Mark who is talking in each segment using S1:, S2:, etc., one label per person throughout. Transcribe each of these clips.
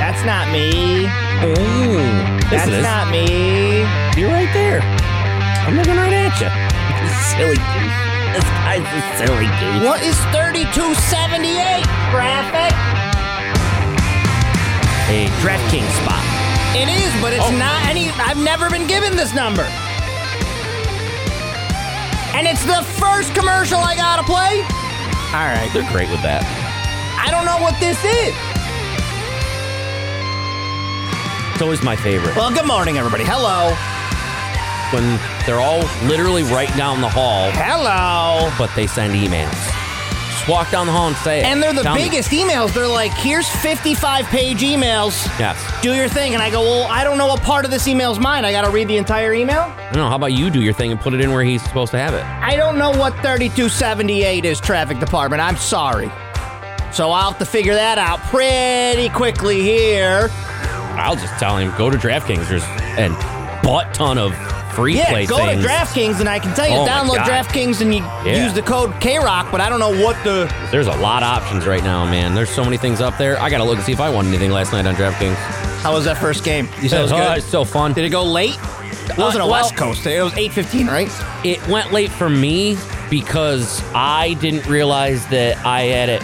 S1: That's not me.
S2: Ooh, Oh. yes,
S1: That's
S2: it is.
S1: not me.
S2: You're right there. I'm looking right at you. silly goose. This guy's a silly goose.
S1: What is 3278 graphic?
S2: A DraftKings spot. Oh.
S1: It is, but it's not any. I've never been given this number. And it's the first commercial I gotta play. All right.
S2: They're great with that.
S1: I don't know what this is.
S2: It's always my favorite
S1: Well, good morning, everybody. Hello.
S2: when they're all literally right down the hall,
S1: Hello.
S2: but they send emails. Just walk down the hall and say it.
S1: And they're the
S2: Tell me.
S1: biggest emails. They're like, here's 55 page emails.
S2: Yes.
S1: Do your thing. And I go, well, I don't know what part of this email's mine. I gotta read the entire email.
S2: I don't know. How about you do your thing and put it in where he's supposed to have it?
S1: I don't know what 3278 is, traffic department. I'm sorry. So I'll have to figure that out pretty quickly here.
S2: I'll just tell him go to DraftKings. There's a butt ton of free
S1: Yeah,
S2: play
S1: go
S2: things.
S1: to DraftKings and I can tell you,
S2: Oh my
S1: download
S2: God.
S1: DraftKings and you
S2: Yeah.
S1: use the code KROCK, but I don't know what the.
S2: There's a lot of options right now, man. There's so many things up there. I gotta look and see if I won anything last night on DraftKings.
S1: How was that first game? You said it was
S2: oh,
S1: good?
S2: it's so fun.
S1: Did it go late? It wasn't a
S2: Uh, well-
S1: West Coast. It was 8.15, right?
S2: It went late for me because I didn't realize that I had it.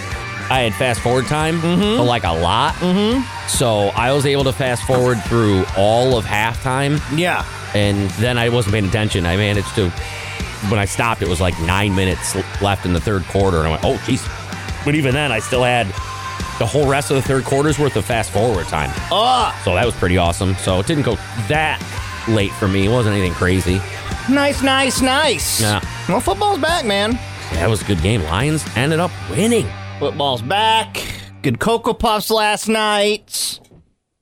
S2: I had fast forward time, but like a lot. Mm-hmm. So I was able to fast forward through all of halftime,
S1: Yeah.
S2: and then I wasn't paying attention. I managed to. When I stopped, it was like nine minutes l- left in the third quarter, and I went, "Oh, jeez." But even then, I still had the whole rest of the third quarter's worth of fast forward time.
S1: Ah,
S2: So that was pretty awesome. So it didn't go that late for me. It wasn't anything crazy.
S1: nice, nice, nice.
S2: Yeah.
S1: Well, football's back, man.
S2: That was a good game. Lions ended up winning.
S1: Football's back. Good Cocoa Puffs last night.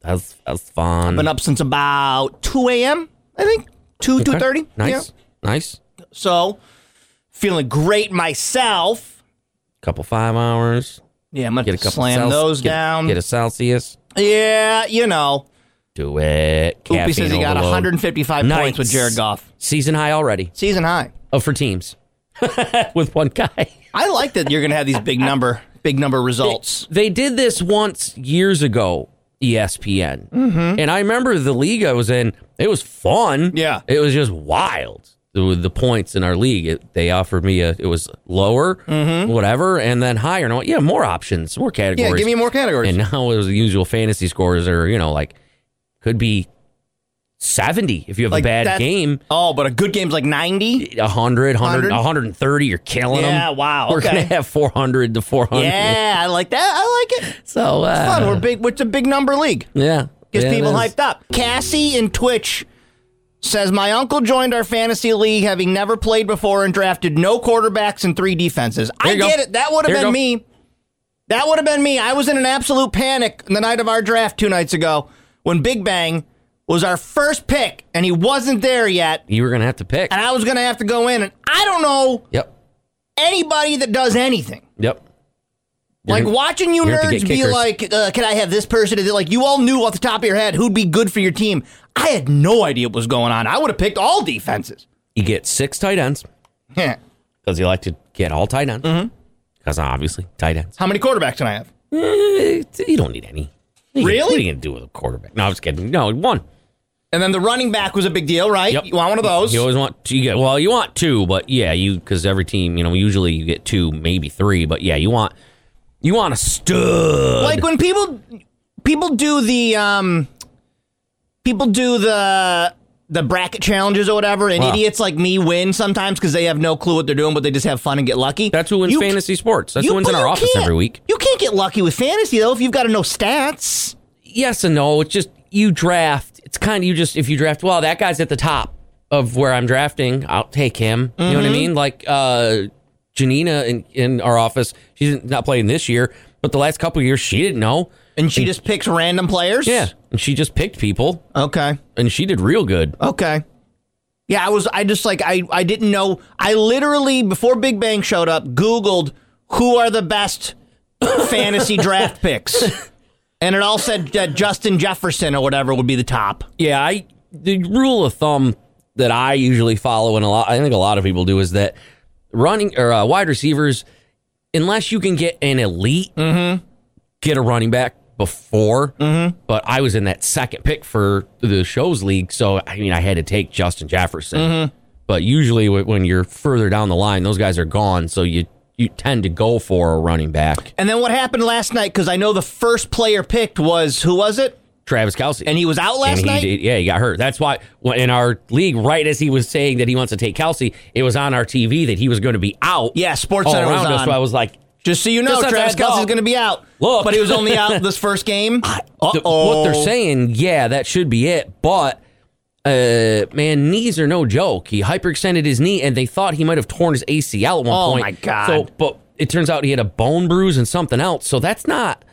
S2: That was, that was fun.
S1: Been up since about 2 a.m., I think. 2, 2.30.
S2: Nice. Nice.
S1: So, feeling great myself.
S2: Couple five hours.
S1: Yeah, I'm going
S2: Get a
S1: to
S2: couple
S1: slam
S2: Cels-
S1: those
S2: get-
S1: down.
S2: Get a Celsius.
S1: yeah, you know.
S2: Do it.
S1: Oopie says
S2: Caffeine
S1: he got
S2: overload.
S1: 155 points with
S2: Nice.
S1: Jared Goff.
S2: Season high already.
S1: Season high.
S2: Oh, for teams. With one guy.
S1: I like that you're going to have these big number, big number results.
S2: They did this once years ago, E ESPN. Mm-hmm. And I remember the league I was in, it was fun.
S1: Yeah.
S2: It was just wild. The, the points in our league, it, they offered me a, it was lower, whatever, and then higher. And I went, yeah, more options, more categories.
S1: Mm-hmm. Yeah, give me more categories.
S2: And now it was the usual fantasy scores are, you know, like could be 70 if you have
S1: Like,
S2: a bad
S1: that's-
S2: game.
S1: Oh, but a good game's like 90?
S2: 100, 100,
S1: 100?
S2: 130, you're killing them.
S1: Yeah, wow,
S2: We're going
S1: okay.
S2: to have 400 to 400.
S1: Oh, Yeah, I like that. I like it.
S2: So, uh,
S1: Fun. We're big. It's a big number league.
S2: Yeah.
S1: Gets
S2: Yeah, it
S1: people
S2: is.
S1: hyped up. Cassie in Twitch says my uncle joined our fantasy league having never played before and drafted no quarterbacks and three defenses. I
S2: There you go.
S1: get it. That would have
S2: There you
S1: been
S2: go.
S1: me. That would have been me. I was in an absolute panic the night of our draft two nights ago when Big Bang was our first pick and he wasn't there yet.
S2: You were gonna have to pick.
S1: And I was going to have to go in and I don't know
S2: Yep.
S1: anybody that does anything.
S2: Yep.
S1: Like
S2: You're-
S1: watching you
S2: you're gonna have to
S1: nerds
S2: get
S1: be
S2: kickers.
S1: like, uh, "Can I have this person?" Is it like you all knew off the top of your head who'd be good for your team? I had no idea what was going on. I would have picked all defenses.
S2: you get six tight ends
S1: Heh.
S2: because you like to get all tight ends.
S1: Mm-hmm.
S2: Because obviously tight ends.
S1: How many quarterbacks can I have?
S2: Eh, You don't need any. What are you-
S1: Really?
S2: What are you gonna do with a quarterback? No, I was kidding. No, one.
S1: And then the running back was a big deal, right? You want one of those?
S2: You always want two. You get, well, you want two, but yeah, you because every team, you know, usually you get two, maybe three, but yeah, you want you want a stud.
S1: like when people people do the um people do the the bracket challenges or whatever, and
S2: Wow.
S1: idiots like me win sometimes because they have no clue what they're doing, but they just have fun and get lucky.
S2: That's who wins
S1: You-
S2: fantasy sports. That's
S1: you-
S2: who wins
S1: but
S2: in our
S1: you
S2: office
S1: can't-
S2: every week.
S1: You can't get lucky with fantasy though if you've got to know stats.
S2: Yes and no. It's just you draft. It's kind of you just if you draft. Well, that guy's at the top of where I'm drafting. I'll take him. You know what I mean? Like uh, Janina in in our office. She's not playing this year, but the last couple of years she didn't know.
S1: And she just picks random players.
S2: Yeah, and she just picked people,
S1: Okay.
S2: and she did real good.
S1: Okay. Yeah, I was. I just like I. I didn't know. I literally before Big Bang showed up, Googled who are the best fantasy draft picks, and it all said that Justin Jefferson or whatever would be the top.
S2: Yeah, I the rule of thumb that I usually follow, and a lot I think a lot of people do, is that running or uh, wide receivers, unless you can get an elite, get a running back before. But I was in that second pick for the shows league, so I mean I had to take Justin Jefferson. But usually wh- when you're further down the line, those guys are gone, so you you tend to go for a running back,
S1: And then what happened last night? Because I know the first player picked was who was it?
S2: Travis Kelsey,
S1: And he was out
S2: and
S1: last
S2: he
S1: night.
S2: did- yeah, he got hurt. That's why when- in our league, right as he was saying that he wants to take Kelsey, it was on our TV that he was going to be out.
S1: Yeah, Sports
S2: all
S1: Center was
S2: around us.
S1: on.
S2: So I was like,
S1: Just so you
S2: Just
S1: know,
S2: not
S1: Travis
S2: that dog.
S1: Kelsey's going to be out.
S2: Look.
S1: but he was only out this first game.
S2: th-
S1: Uh-oh.
S2: what they're saying, yeah, that should be it. But uh, man, knees are no joke. He hyperextended his knee, and they thought he might have torn his ACL at one
S1: Oh,
S2: point.
S1: my God.
S2: So, but it turns out he had a bone bruise and something else. So that's not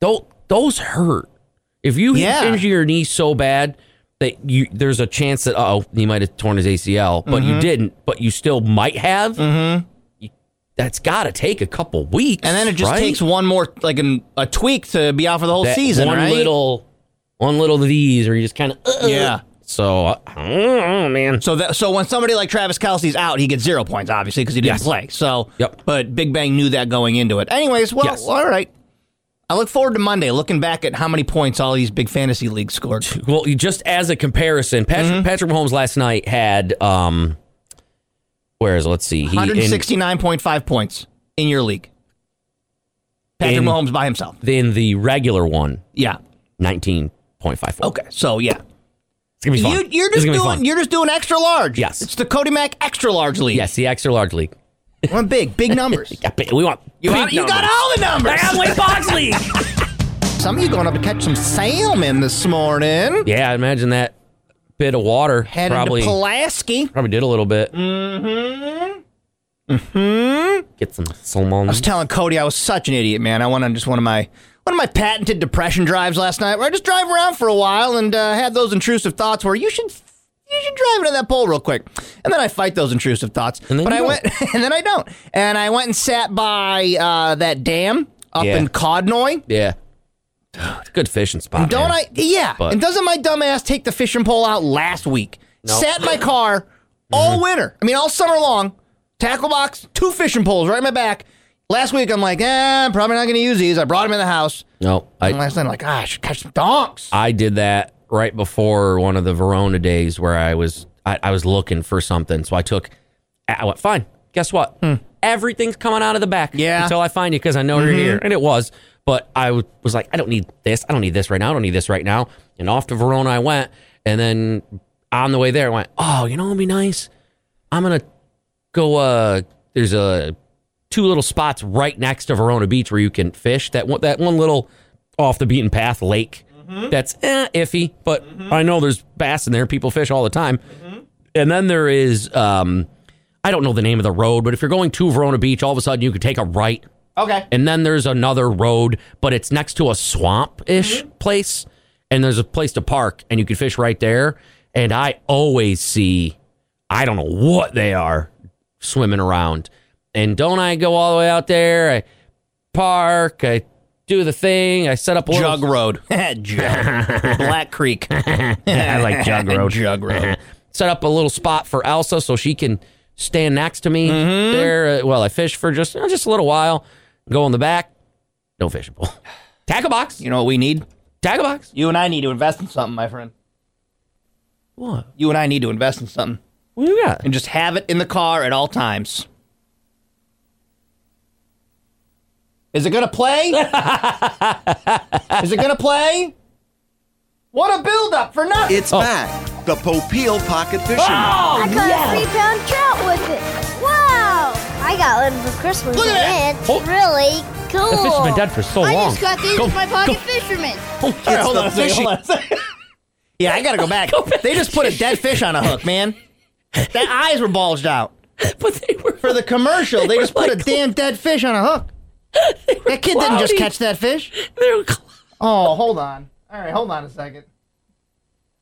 S2: those those hurt. If you
S1: Yeah.
S2: injure your knee so bad that you there's a chance that oh he might have torn his ACL, but
S1: Mm-hmm.
S2: you didn't, but you still might have. you- That's got to take a couple weeks,
S1: And then it just
S2: right?
S1: takes one more like an, a tweak to be out for the whole
S2: That
S1: season,
S2: one
S1: right?
S2: little, one little of these, or you just kind of uh,
S1: yeah.
S2: So I I don't know, man.
S1: So that so when somebody like Travis Kelsey's out, he gets zero points, obviously, because he didn't
S2: Yes.
S1: play. So
S2: Yep.
S1: But Big Bang knew that going into it. Anyways, well,
S2: Yes.
S1: all right. I look forward to Monday, looking back at how many points all these big fantasy leagues scored.
S2: Well, you- just as a comparison, Patrick,
S1: Mm-hmm.
S2: Patrick Mahomes last night had um, where is it? let's see, he in,
S1: 169.5 points in your league. Patrick
S2: In-
S1: Mahomes by himself.
S2: then the regular one,
S1: Yeah.
S2: nineteen point five four.
S1: Okay. So yeah.
S2: it's gonna be fun.
S1: You, you're
S2: This is
S1: just
S2: gonna be
S1: doing
S2: fun.
S1: you're just doing extra large.
S2: Yes.
S1: It's the Cody Mac extra large league.
S2: yes, the extra large league.
S1: We're big, big numbers.
S2: Yeah, but we want
S1: You,
S2: big
S1: got, you got
S2: numbers.
S1: all the numbers.
S2: I got Wade Boxley.
S1: Some of you going up to catch some salmon this morning.
S2: yeah, imagine that bit of water
S1: Headed
S2: probably
S1: to Pulaski.
S2: probably did a little bit. Mm-hmm. Mm-hmm. Get some salmon.
S1: I was telling Cody I was such an idiot, man. I went on just one of my one of my patented depression drives last night, where I just drive around for a while and uh, had those intrusive thoughts where you should you should drive into that pole real quick, and then I fight those intrusive thoughts.
S2: And then
S1: but
S2: you don't.
S1: I went and then I don't, and I went and sat by uh, that dam up
S2: Yeah.
S1: in Codnoy.
S2: Yeah. It's a good fishing spot.
S1: Don't
S2: man.
S1: I? Yeah.
S2: But-
S1: and doesn't my dumb ass take the fishing pole out last week?
S2: No.
S1: Sat in my car all winter. I mean, all summer long. Tackle box, two fishing poles right in my back. Last week, I'm like, eh, I'm probably not going to use these. I brought them in the house.
S2: No,
S1: And
S2: I
S1: last night, I'm like, ah, I should catch some donks.
S2: I did that right before one of the Verona days where I was I, I was looking for something. So I took I went fine. Guess what? Everything's coming out of the back.
S1: Hmm. Yeah. Mm-hmm.
S2: Until I find you because I know you're here, and it was. But I w- was like, I don't need this. I don't need this right now. I don't need this right now. And off to Verona I went, and then on the way there I went. Oh, you know what'd be nice? I'm gonna go. uh There's a two little spots right next to Verona Beach where you can fish. That one, that one little off the beaten path lake. That's eh, iffy, but I know there's bass in there. People fish all the time. And then there is, um, I don't know the name of the road, but if you're going to Verona Beach, all of a sudden you could take a right.
S1: Okay.
S2: And then there's another road, but it's next to a swamp ish place. And there's a place to park, and you can fish right there. And I always see, I don't know what they are swimming around. And don't I go all the way out there? I park, I do the thing, I set up a little
S1: Jug Road. Jug. Black Creek.
S2: I like Jug Road.
S1: Jug Road.
S2: set up a little spot for Elsa so she can stand next to me there. Uh, well, I fish for just uh, just a little while. Go in the back. No fishing pole. Tackle box.
S1: You know what we need?
S2: Tackle box.
S1: You and I need to invest in something, my friend.
S2: What?
S1: You and I need to invest in something.
S2: What you got?
S1: And just have it in the car at all times. Is it going to play? Is it going to play? What a build-up for nothing.
S2: Oh.
S3: It's back. The Popeil Pocket Fisherman.
S4: I caught a three pound trout with it. Wow! I got one for Christmas.
S1: Look at
S4: and
S1: that.
S4: It's
S2: Oh.
S4: really cool.
S2: The fish has been dead for so
S4: I
S2: long.
S4: just got these
S2: Go-
S4: with my pocket fisherman.
S1: All right, hold on a second, hold on a second. yeah, I got to go back. They just put a dead fish on a hook, man. The eyes were bulged out.
S2: but they were
S1: For the commercial, they just put a damn dead fish on a hook. That kid didn't
S2: cloudy.
S1: just catch that fish.
S2: they were cl-
S1: Oh, hold on. All right, hold on a second.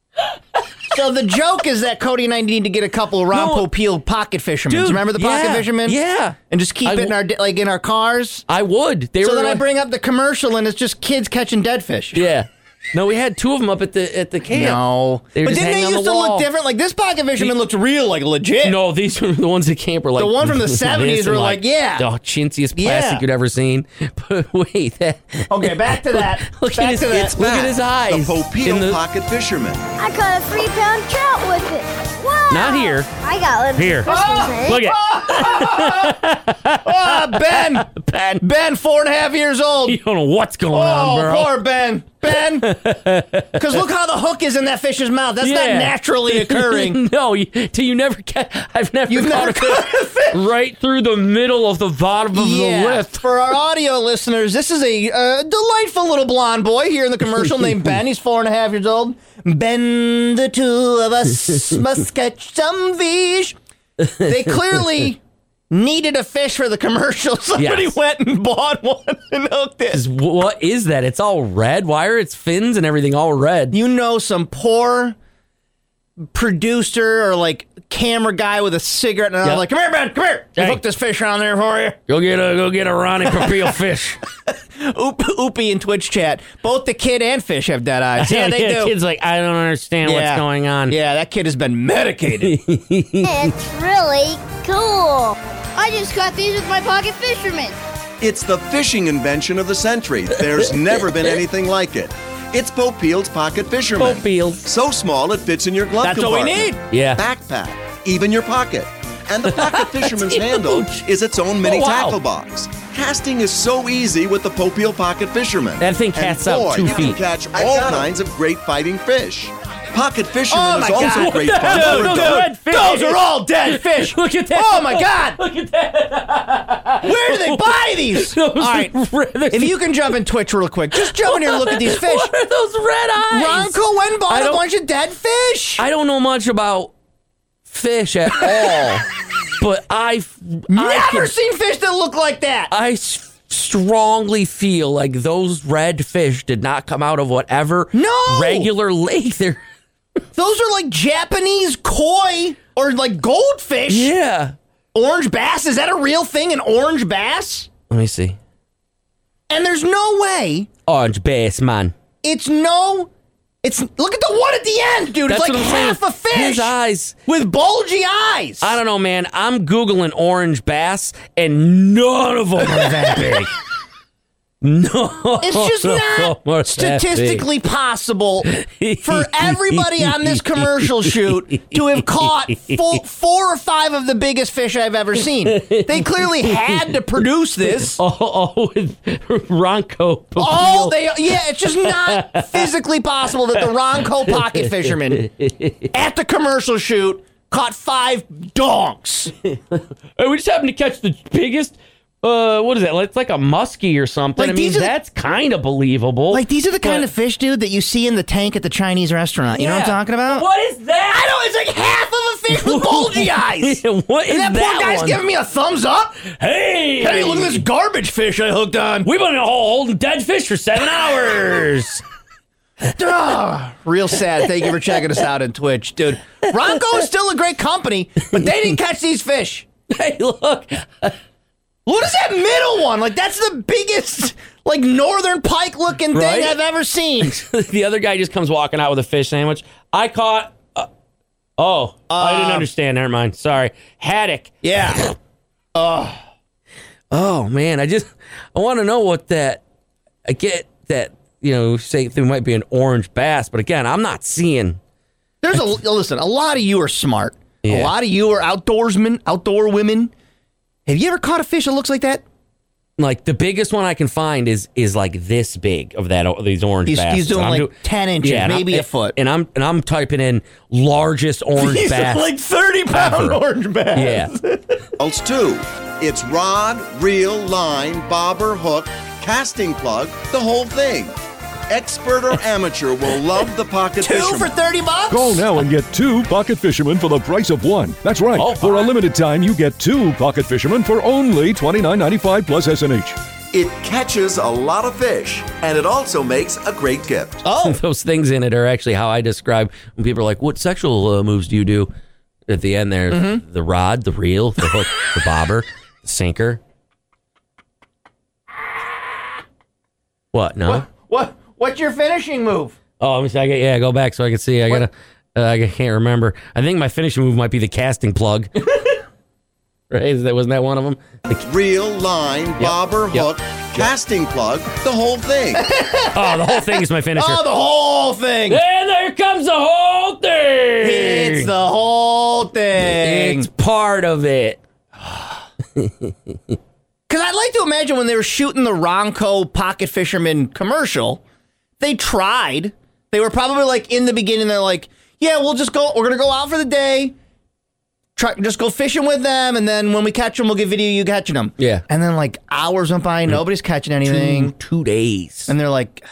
S1: so the joke is that Cody and I need to get a couple of Ron
S2: No.
S1: Popeil pocket fishermen.
S2: Dude,
S1: Remember the pocket
S2: yeah,
S1: fishermen?
S2: yeah.
S1: And just keep
S2: I
S1: it in
S2: w-
S1: our di- like in our cars.
S2: I would. They
S1: So
S2: were
S1: then I
S2: like-
S1: bring up the commercial and it's just kids catching dead fish.
S2: Yeah. No, we had two of them up at the at the camp.
S1: No.
S2: They were
S1: but
S2: just
S1: didn't they
S2: hanging on the
S1: used to
S2: wall.
S1: look different? Like this pocket fisherman looked real, like legit.
S2: No, these were the ones that camp were like
S1: The one from the
S2: this
S1: 70s were
S2: and,
S1: like, yeah.
S2: the chintziest
S1: Yeah.
S2: plastic you'd ever seen. But wait, that
S1: Okay, back to that.
S2: look
S1: back
S2: at his
S1: to that.
S2: it's- look at his eyes.
S3: The Popeil
S2: in the-
S3: Pocket Fisherman.
S4: I caught a three pound trout with it. Wow!
S2: Not here.
S4: I got one
S2: Here.
S4: for Christmas. eh?
S2: look at
S1: Ah, ben.
S2: Ben.
S1: Ben, four and a half years old.
S2: you don't know what's going
S1: Oh,
S2: on, bro.
S1: poor Ben. Ben. Because look how the hook is in that fish's mouth. That's not
S2: Yeah.
S1: naturally occurring.
S2: no, you, till you never catch. I've never
S1: You've
S2: caught
S1: never
S2: a fish
S1: caught a fish.
S2: right through the middle of the bottom of the
S1: Yeah.
S2: lift.
S1: For our audio listeners, this is a uh, delightful little blonde boy here in the commercial named Ben. He's four and a half years old. Ben, the two of us must catch some fish. They clearly needed a fish for the commercial. Somebody
S2: Yes.
S1: went and bought one and hooked it.
S2: Is- What is that? It's all red. Why are its fins and everything all red?
S1: you know some poor producer or like camera guy with a cigarette and
S2: Yeah.
S1: I'm like, come here, Ben, come here. I
S2: Hey.
S1: hooked this fish on there for you.
S2: Go get a go get a Ronnie Papil fish.
S1: Oop, oopie in Twitch chat. Both the kid and fish have dead eyes. Yeah, they do.
S2: Kid's like, I don't understand
S1: Yeah.
S2: what's going on.
S1: Yeah, that kid has been medicated.
S4: It's really cool. I just got these with my pocket fisherman.
S3: It's the fishing invention of the century. There's never been anything like it. It's Popeil's Pocket Fisherman.
S2: Popeil's.
S3: So small it fits in your glove
S1: That's what we
S3: compartment.
S2: need. Yeah.
S3: Backpack, even your pocket. And the Pocket Fisherman's handle
S2: huge.
S3: is its own mini
S2: Oh, wow.
S3: tackle box. Casting is so easy with the Popeil Pocket Fisherman.
S2: That thing
S3: And
S2: casts out
S3: boy,
S2: two
S3: you can
S2: feet. Oh,
S3: catch all kinds of great fighting fish. Pocket Fisherman
S1: Oh my
S3: is also
S1: God.
S3: great
S2: What the
S3: fun
S2: hell?
S3: for
S2: Those
S3: adults.
S2: red fish.
S1: Those are all dead fish.
S2: Look at that.
S1: Oh my God.
S2: Look at that.
S1: Where do they buy these? All
S2: Those
S1: right.
S2: red-
S1: If you can jump in Twitch real quick, just jump in here and look at these fish.
S2: What are those red eyes?
S1: Ron Cohen
S2: I
S1: bought a
S2: don't-
S1: bunch of dead fish.
S2: I don't know much about fish at all, but I f- I,
S1: Never
S2: could-
S1: seen fish that look like that.
S2: I s- strongly feel like those red fish did not come out of whatever
S1: No!
S2: regular lake there.
S1: Those are like Japanese koi or like goldfish.
S2: Yeah.
S1: Orange bass. Is that a real thing? An orange bass?
S2: Let me see.
S1: And there's no way.
S2: Orange bass man.
S1: It's no. It's look at the one at the end, dude.
S2: That's
S1: it's
S2: what
S1: like
S2: I'm
S1: half
S2: saying.
S1: a fish
S2: His eyes.
S1: with bulgy eyes.
S2: I don't know, man. I'm googling orange bass, and none of them are that big. No,
S1: It's just
S2: of 'em are
S1: not
S2: that big.
S1: statistically possible for everybody on this commercial shoot to have caught full, four or five of the biggest fish I've ever seen. They clearly had to produce this.
S2: Oh, oh, with Ronco.
S1: All they, yeah, it's just not physically possible that the Ronco pocket fisherman at the commercial shoot caught five donks.
S2: Hey, we just happened to catch the biggest. Uh, what is that? It's like a muskie or something.
S1: Like,
S2: I mean,
S1: these are the-
S2: that's kind of believable.
S1: Like these are the kind
S2: But-
S1: of fish, dude, that you see in the tank at the Chinese restaurant. You know what I'm
S2: Yeah.
S1: talking about?
S2: What is
S1: I
S2: that?
S1: know it's like half of a fish with bulgy eyes.
S2: what is
S1: And that,
S2: that,
S1: poor guy's
S2: one?
S1: giving me a thumbs up.
S2: hey,
S1: Hey, look at this garbage fish I hooked on.
S2: We've been in a hole holding dead fish for seven hours.
S1: Ah, Real sad. Thank you for checking us out on Twitch, dude. Ronco is still a great company, but they didn't catch these fish.
S2: hey, look.
S1: What is that middle one? Like that's the biggest, like northern pike looking thing
S2: Right?
S1: I've ever seen.
S2: the other guy just comes walking out with a fish sandwich. I caught. Uh, oh, I
S1: Um,
S2: didn't understand. Never mind. Sorry. Haddock.
S1: Yeah.
S2: Oh man, I just I want to know what that. I get that you know say there might be an orange bass, but again, I'm not seeing.
S1: There's a listen. A lot of you are smart. A
S2: Yeah.
S1: lot of you are outdoorsmen, outdoor women. Have you ever caught a fish that looks like that?
S2: like the biggest one I can find is is like this big of that these orange.
S1: He's- he's
S2: baskets.
S1: doing
S2: I'm
S1: like
S2: do-
S1: 10 inches,
S2: and I'm-
S1: maybe a foot.
S2: And I'm and I'm typing in largest orange
S1: He's
S2: basket.
S1: like 30 pound
S2: ever.
S1: orange bass.
S2: yeah,
S3: Results too. It's rod, reel, line, bobber, hook, casting plug, the whole thing. Expert or amateur will love the pocket
S1: Two
S3: fisherman.
S1: for 30 bucks?
S5: Call now and get two Pocket Fishermen for the price of one. That's right.
S2: Oh,
S5: for a
S2: my.
S5: limited time, you get two Pocket Fishermen for only $29.95 plus SNH.
S3: It catches a lot of fish, and it also makes a great gift.
S1: Oh,
S2: those things in it are actually how I describe when people are like, "What sexual uh, moves do you do?" At the end, there,
S1: Mm-hmm.
S2: the rod, the reel, the hook, the bobber, the sinker. What? No.
S1: what? What's your finishing move?
S2: Oh, let me see. I got, yeah, go back so I can see. I gotta. Uh, I can't remember. I think my finishing move might be the casting plug. right? Is that wasn't that one of them? The,
S3: Reel, line, bobber,
S2: yep,
S3: hook, casting plug, the whole thing.
S2: oh, the whole thing is my finisher.
S1: Oh, the whole thing.
S2: and there comes the whole thing.
S1: It's the whole thing.
S2: It's part of it.
S1: Because I'd like to imagine when they were shooting the Ronco Pocket Fisherman commercial, they tried. They were probably like in the beginning, they're like, yeah, we'll just go, we're going to go out for the day, try, just go fishing with them. And then when we catch them, we'll get video you catching them.
S2: Yeah. Mm.
S1: And then like hours went by, nobody's catching anything.
S2: two days.
S1: And they're like,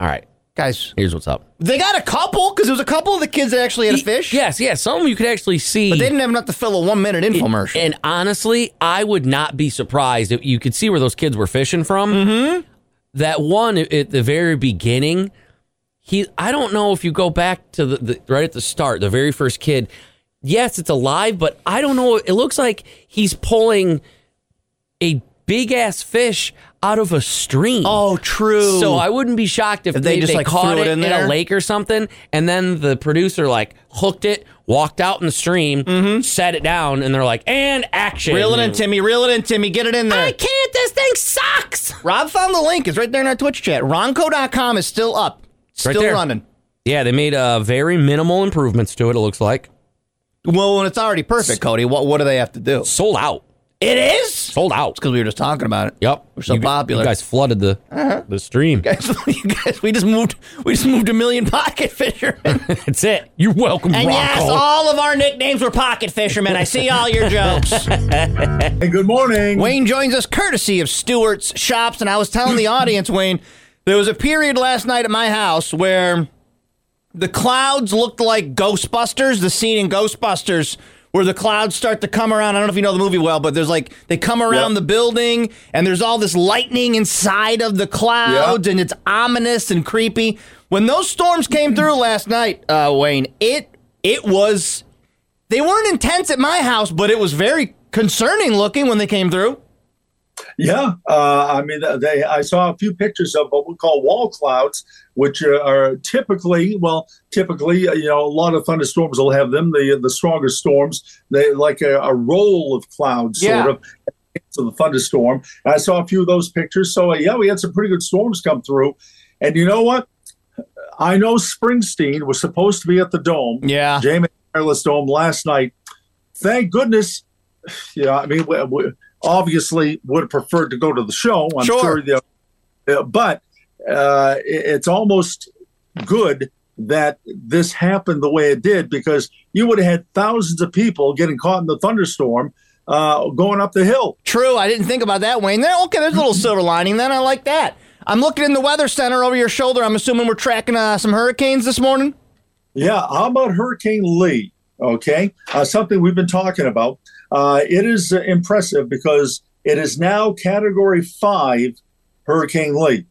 S2: All right.
S1: guys,
S2: Here's what's up.
S1: they got a couple because there was a couple of the kids that actually had a fish.
S2: Yes, yes. Some you could actually see.
S1: But they didn't have enough to fill a one minute infomercial.
S2: And honestly, I would not be surprised if you could see where those kids were fishing from. Mm-hmm. That one at- at the very beginning, he I don't know if you go back to the, the right at the start, the very first kid. Yes, it's alive, but I don't know. It looks like he's pulling a big ass fish out of a stream.
S1: oh, true.
S2: So I wouldn't be shocked if
S1: If
S2: they,
S1: they just,
S2: they
S1: like,
S2: caught
S1: threw
S2: it,
S1: it in
S2: in, a
S1: there?
S2: lake or something, and then the producer like hooked it, walked out in the stream, set it down, and they're like, "And action!"
S1: Reel it Mm-hmm. in, Timmy. Reel it in, Timmy. Get it in there.
S2: I can't. This thing sucks.
S1: Rob found the link. It's right there in our Twitch chat. Ronco.com is still up,
S2: right
S1: still
S2: there.
S1: running.
S2: Yeah, they made uh, very minimal improvements to it. It looks like
S1: Well, when it's already perfect, Cody, what what do they have to do?
S2: sold out.
S1: It is
S2: Sold out.
S1: because we were just talking about it.
S2: Yep,
S1: we're so
S2: You-
S1: popular. Uh-huh.
S2: You guys flooded the the stream.
S1: Guys, you guys, we just moved. We just moved a million pocket fishermen, and
S2: That's it. You're welcome, Rocco.
S1: yes, all of our nicknames were pocket fishermen. I see all your jokes.
S6: Hey, good morning.
S1: Wayne joins us courtesy of Stewart's Shops. And I was telling the audience, Wayne, there was a period last night at my house where the clouds looked like Ghostbusters, the scene in Ghostbusters. Where the clouds start to come around. I don't know if you know the movie well, but there's like, they come around the building and there's all this lightning inside of the clouds and it's ominous and creepy. When those storms came through last night, uh, Wayne, it, it was they weren't intense at my house, but it was very concerning looking when they came through.
S6: Yeah, uh, I mean, they. I saw a few pictures of what we call wall clouds, which are, are typically, well, typically, uh, you know, a lot of thunderstorms will have them. The the stronger storms, they like a, a roll of clouds,
S1: Yeah.
S6: sort of, to the thunderstorm. And I saw a few of those pictures. So uh, yeah, we had some pretty good storms come through. And you know what? I know Springsteen was supposed to be at the dome.
S1: Yeah.
S6: Jamie Wireless Dome last night. Thank goodness. Yeah, I mean, we, we obviously would have preferred to go to the show. I'm
S1: Sure.
S6: sure. the- uh, but uh, i- it's almost good that this happened the way it did because you would have had thousands of people getting caught in the thunderstorm uh, going up the hill.
S1: True, I didn't think about that, Wayne. There, okay, there's a little silver lining. Then I like that. I'm looking in the weather center over your shoulder. I'm assuming we're tracking uh, some hurricanes this morning.
S6: Yeah, how about Hurricane Lee? Okay, uh, something we've been talking about. Uh, it is uh, impressive because it is now Category Five Hurricane Lee.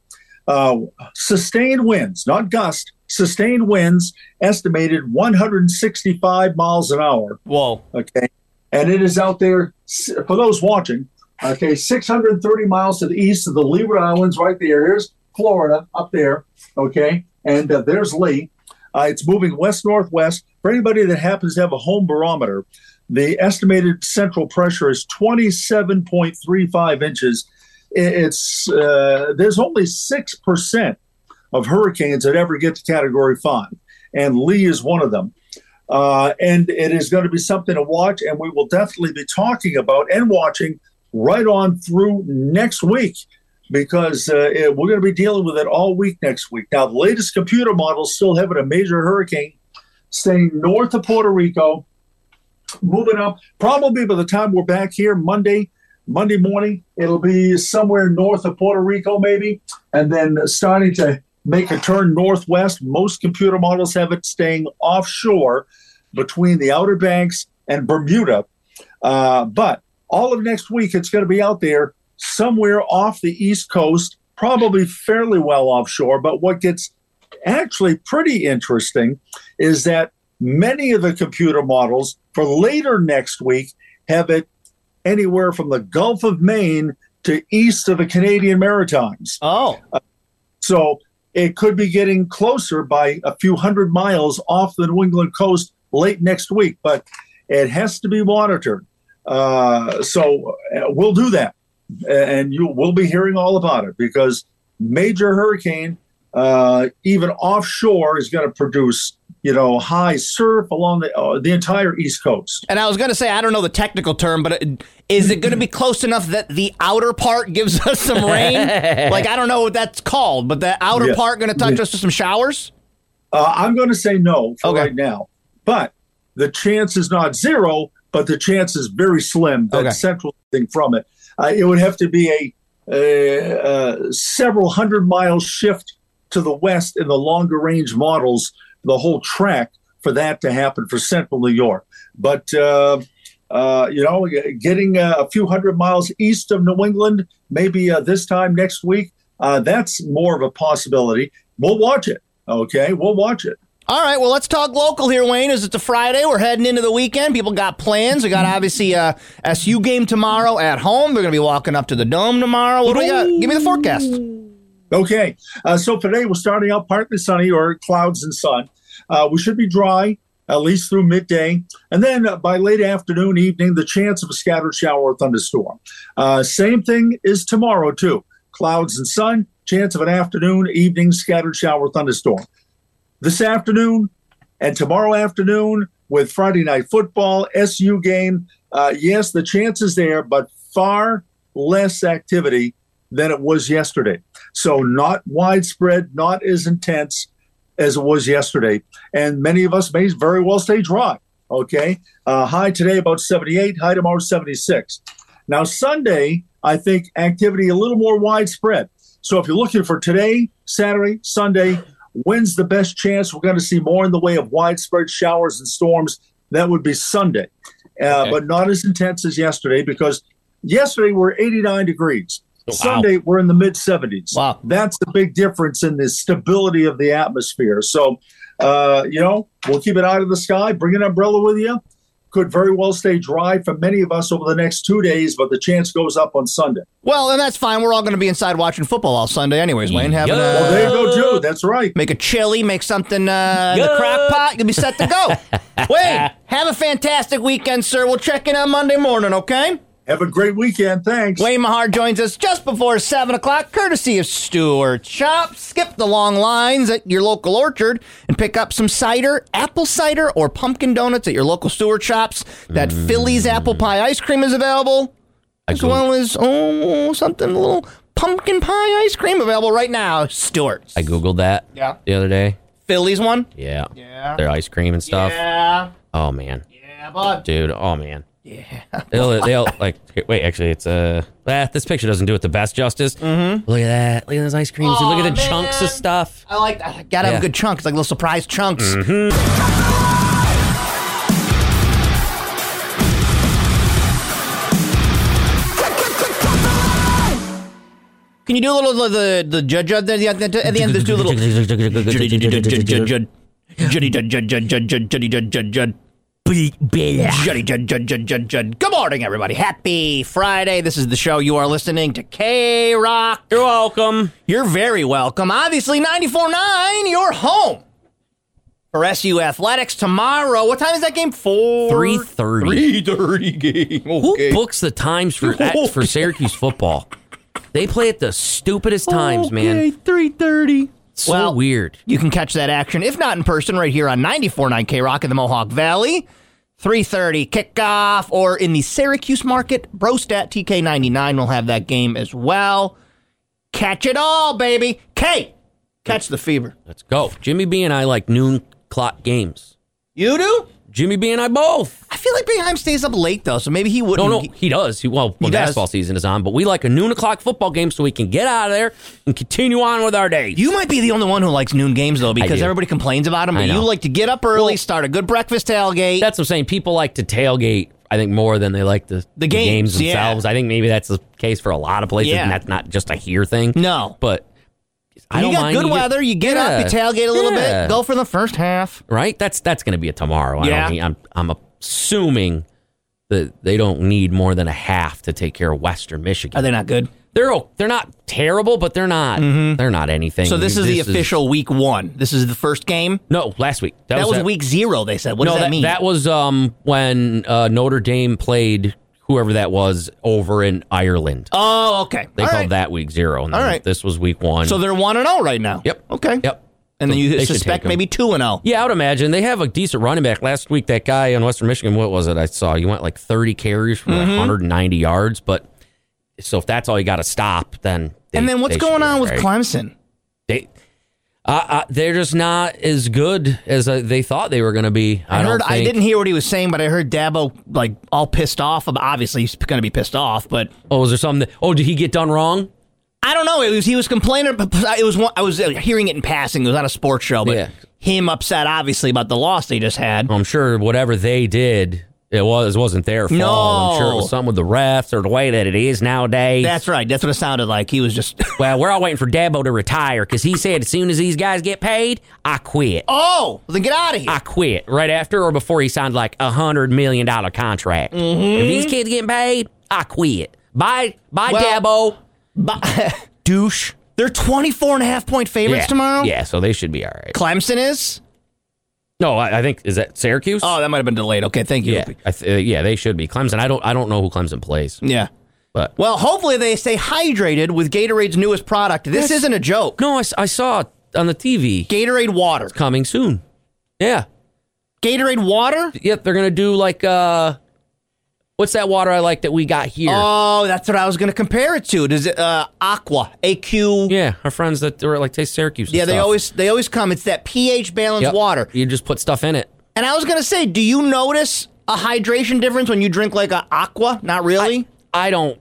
S6: Uh, sustained winds, not gust, sustained winds estimated 165 miles an hour.
S1: Whoa.
S6: Okay, and it is out there s- for those watching. Okay, 630 miles to the east of the Leeward Islands, right there. Here's Florida up there. Okay, and uh, there's Lee. Uh, it's moving west northwest. For anybody that happens to have a home barometer, the estimated central pressure is 27.35 inches. I- It's uh, there's only six percent of hurricanes that ever get to Category Five, and Lee is one of them. Uh, and it is going to be something to watch, and we will definitely be talking about and watching right on through next week because uh, it- we're going to be dealing with it all week next week. Now, the latest computer models still have it a major hurricane staying north of Puerto Rico, moving up. Probably by the time we're back here Monday, Monday morning, it'll be somewhere north of Puerto Rico, maybe, and then starting to make a turn northwest. Most computer models have it staying offshore between the Outer Banks and Bermuda. Uh, but all of next week, it's going to be out there somewhere off the East Coast, probably fairly well offshore. But what gets actually pretty interesting is that many of the computer models for later next week have it anywhere from the Gulf of Maine to east of the Canadian Maritimes.
S1: Oh,
S6: So it could be getting closer by a few hundred miles off the New England coast late next week, but it has to be monitored. Uh, so uh, we'll do that, and you will be hearing all about it because major hurricane, uh, even offshore, is going to produce you know high surf along the uh, the entire East Coast.
S1: and I was gonna say I don't know the technical term, but it, is it gonna be close enough that the outer part gives us some rain? like I don't know what that's called, but the outer
S6: Yeah.
S1: part gonna touch us with some showers?
S6: Uh, I'm going to say no for
S1: Okay.
S6: right now, but the chance is not zero, but the chance is very slim that
S1: Okay.
S6: central thing from it. Uh, it would have to be a, a, uh several hundred mile shift to the west in the longer range models, the whole track for that to happen for central New York. But uh, uh, you know, g- getting uh, a few hundred miles east of New England, maybe uh, this time next week, uh, that's more of a possibility. We'll watch it. Okay, we'll watch it.
S1: All right, well, let's talk local here, Wayne. As it's a Friday, we're heading into the weekend. People got plans. We got obviously a SU game tomorrow at home. They're going to be walking up to the dome tomorrow. What do we got? Give me the forecast.
S6: Okay, uh, so today we're starting out partly sunny or clouds and sun. Uh, we should be dry at least through midday, and then uh, by late afternoon, evening, the chance of a scattered shower or thunderstorm. Uh, same thing is tomorrow too: clouds and sun, chance of an afternoon, evening scattered shower or thunderstorm. This afternoon and tomorrow afternoon with Friday night football, SU game. Uh, yes, the chance is there, but far less activity than it was yesterday. So not widespread, not as intense as it was yesterday. And many of us may very well stay dry. Okay. Uh, high today about 78, high tomorrow 76. Now, Sunday, I think activity a little more widespread. So if you're looking for today, Saturday, Sunday, when's the best chance we're going to see more in the way of widespread showers and storms? That would be Sunday, uh, but not as intense as yesterday because yesterday we're 89 degrees. Sunday we're in the mid 70s.
S1: Wow.
S6: That's the big difference in the stability of the atmosphere. So, uh, you know, we'll keep an eye to the sky, bring an umbrella with you. Could very well stay dry for many of us over the next two days, but the chance goes up on Sunday.
S1: Well, and that's fine. We're all going to be inside watching football all Sunday, anyways, Wayne. Having a,
S6: Well, there you go, too. That's right.
S1: make a chili, make something uh, in the crock pot. You'll be set to go. Wayne, have a fantastic weekend, sir. We'll check in on Monday morning, okay?
S6: Have a great weekend. Thanks.
S1: Wayne Mahar joins us just before 7 o'clock, courtesy of Stewart Shop. Skip the long lines at your local orchard and pick up some cider, apple cider, or pumpkin donuts at your local Stewart Shops. That Philly's apple pie ice cream is available, as well as oh, something, a little pumpkin pie ice cream available right now, Stewart's.
S2: I googled that
S1: Yeah.
S2: the other day.
S1: Philly's one?
S2: Yeah.
S1: Yeah.
S2: Their ice cream and stuff.
S1: Yeah.
S2: Oh man,
S1: Yeah, bud.
S2: dude. Oh man. Yeah. they'll, they'll like wait. Actually, it's uh, ah, this picture doesn't do it the best justice. Mm-hmm. Look at that. Look at those ice creams. dude. Look at the
S1: Aw,
S2: chunks of
S1: man.
S2: stuff.
S1: I like that. I gotta
S2: Yeah.
S1: have good chunks, like little surprise chunks. Can you do a little of the the judge at the, at the at the end? Just do a little. Good morning, everybody. Happy Friday. This is the show you are listening to K Rock.
S2: You're welcome.
S1: You're very welcome. Obviously, 94.9, you're home for SU Athletics tomorrow. What time is that game? 4
S2: Three thirty.
S1: thirty game.
S2: Who books the times for that for Syracuse football? They play at the stupidest times, man.
S1: Three thirty.
S2: So weird.
S1: You can catch that action, if not in person, right here on 94.9 K Rock in the Mohawk Valley. 3.30 kickoff, or in the Syracuse market, Brostat TK99 will have that game as well. Catch it all, baby. K, catch the fever.
S2: Let's go. Jimmy B and I like noon clock games.
S1: You do?
S2: Jimmy B and I both.
S1: I feel like Beheim stays up late, though, so maybe he
S2: No,
S1: wouldn't.
S2: no, he does. He well, when
S1: does.
S2: basketball season is on, but we like a noon o'clock football game so we can get out of there and continue on with our day.
S1: You might be the only one who likes noon games, though, because
S2: do.
S1: everybody complains about them. But
S2: I know.
S1: you like to get up early, start a good breakfast tailgate.
S2: that's what I'm saying. People like to tailgate. I think more than they like the, the
S1: games, yeah.
S2: themselves. I think maybe that's the case for a lot of places,
S1: Yeah.
S2: and that's not just a here thing.
S1: No.
S2: but I
S1: you
S2: don't
S1: got
S2: mind.
S1: good weather. you get up, you
S2: Yeah.
S1: tailgate a little
S2: Yeah.
S1: bit, go for the first half.
S2: right? That's that's going to be a tomorrow. I
S1: Yeah.
S2: don't, think- I'm I'm assuming that they don't need more than a half to take care of Western Michigan.
S1: Are they not good?
S2: They're o- they're not terrible, but they're not they're not anything.
S1: Mm-hmm. So this is the official week one. This is the first game.
S2: No, last week
S1: That, was,
S2: at-
S1: week zero. They said. What
S2: no,
S1: does that, mean?
S2: That was um when uh, Notre Dame played whoever that was over in Ireland.
S1: oh, okay.
S2: They
S1: All
S2: called
S1: right.
S2: that week zero. And
S1: All
S2: then
S1: right.
S2: This was week one.
S1: So they're one and zero right now.
S2: Yep.
S1: Okay.
S2: Yep.
S1: And then
S2: So they
S1: you
S2: should take
S1: suspect
S2: 'em.
S1: maybe two and oh. zero.
S2: Yeah, I would imagine they have a decent running back. Last week, that guy in Western Michigan, what was it? I saw he went like 30 carries for
S1: Mm-hmm.
S2: like 190 yards. But so if that's all you got to stop, then they-
S1: And then what's
S2: they should
S1: going
S2: be
S1: on with
S2: all right.
S1: Clemson?
S2: They, uh, uh, they're just not as good as uh, they thought they were going to be. I,
S1: I, heard.
S2: don't
S1: I
S2: think-
S1: didn't hear what he was saying, but I heard Dabo like all pissed off. About, obviously, he's going to be pissed off, but
S2: Oh, was there something? That, oh, did he get done wrong?
S1: I don't know. It was he was complaining. but It was one, I was uh, hearing it in passing. It was on a sports show, but
S2: Yeah. Oh,
S1: him upset obviously about the loss they just had.
S2: I'm sure whatever they did, it was it wasn't their fault. I'm sure it
S1: No.
S2: was something with the refs or the way that it is nowadays.
S1: That's right. That's what it sounded like. He was just.
S2: well, we're all waiting for Dabo to retire because he said as soon as these guys get paid, I quit.
S1: oh, then get out of here.
S2: I quit right after or before he signed like a hundred million dollar contract. If these kids getting paid, I quit. Bye, bye,
S1: Mm-hmm. Well,
S2: Dabo.
S1: Bu- douche. They're 24 and a half point favorites
S2: Yeah.
S1: tomorrow.
S2: Yeah, so they should be all right.
S1: Clemson is?
S2: No, I, I think is that Syracuse.
S1: Oh, that might have been delayed. Okay, thank you.
S2: yeah, I th- uh, yeah, they should be Clemson. I don't, I don't know who Clemson plays,
S1: Yeah.
S2: but
S1: Well, hopefully they stay hydrated with Gatorade's newest product. This isn't a joke.
S2: no, I, s- I saw it on the TV
S1: Gatorade water.
S2: coming soon. Yeah,
S1: Gatorade water?
S2: yep, they're gonna do like uh, what's that water I like that we got here?
S1: Oh, that's what I was going to compare it to. Does it uh, Aqua? AQ.
S2: yeah, our friends that were at, like taste Syracuse. and
S1: Yeah, they
S2: stuff.
S1: always they always come. It's that pH balanced
S2: Yep.
S1: water.
S2: You just put stuff in it.
S1: And I was going to say, do you notice a hydration difference when you drink like a Aqua? Not really.
S2: I don't.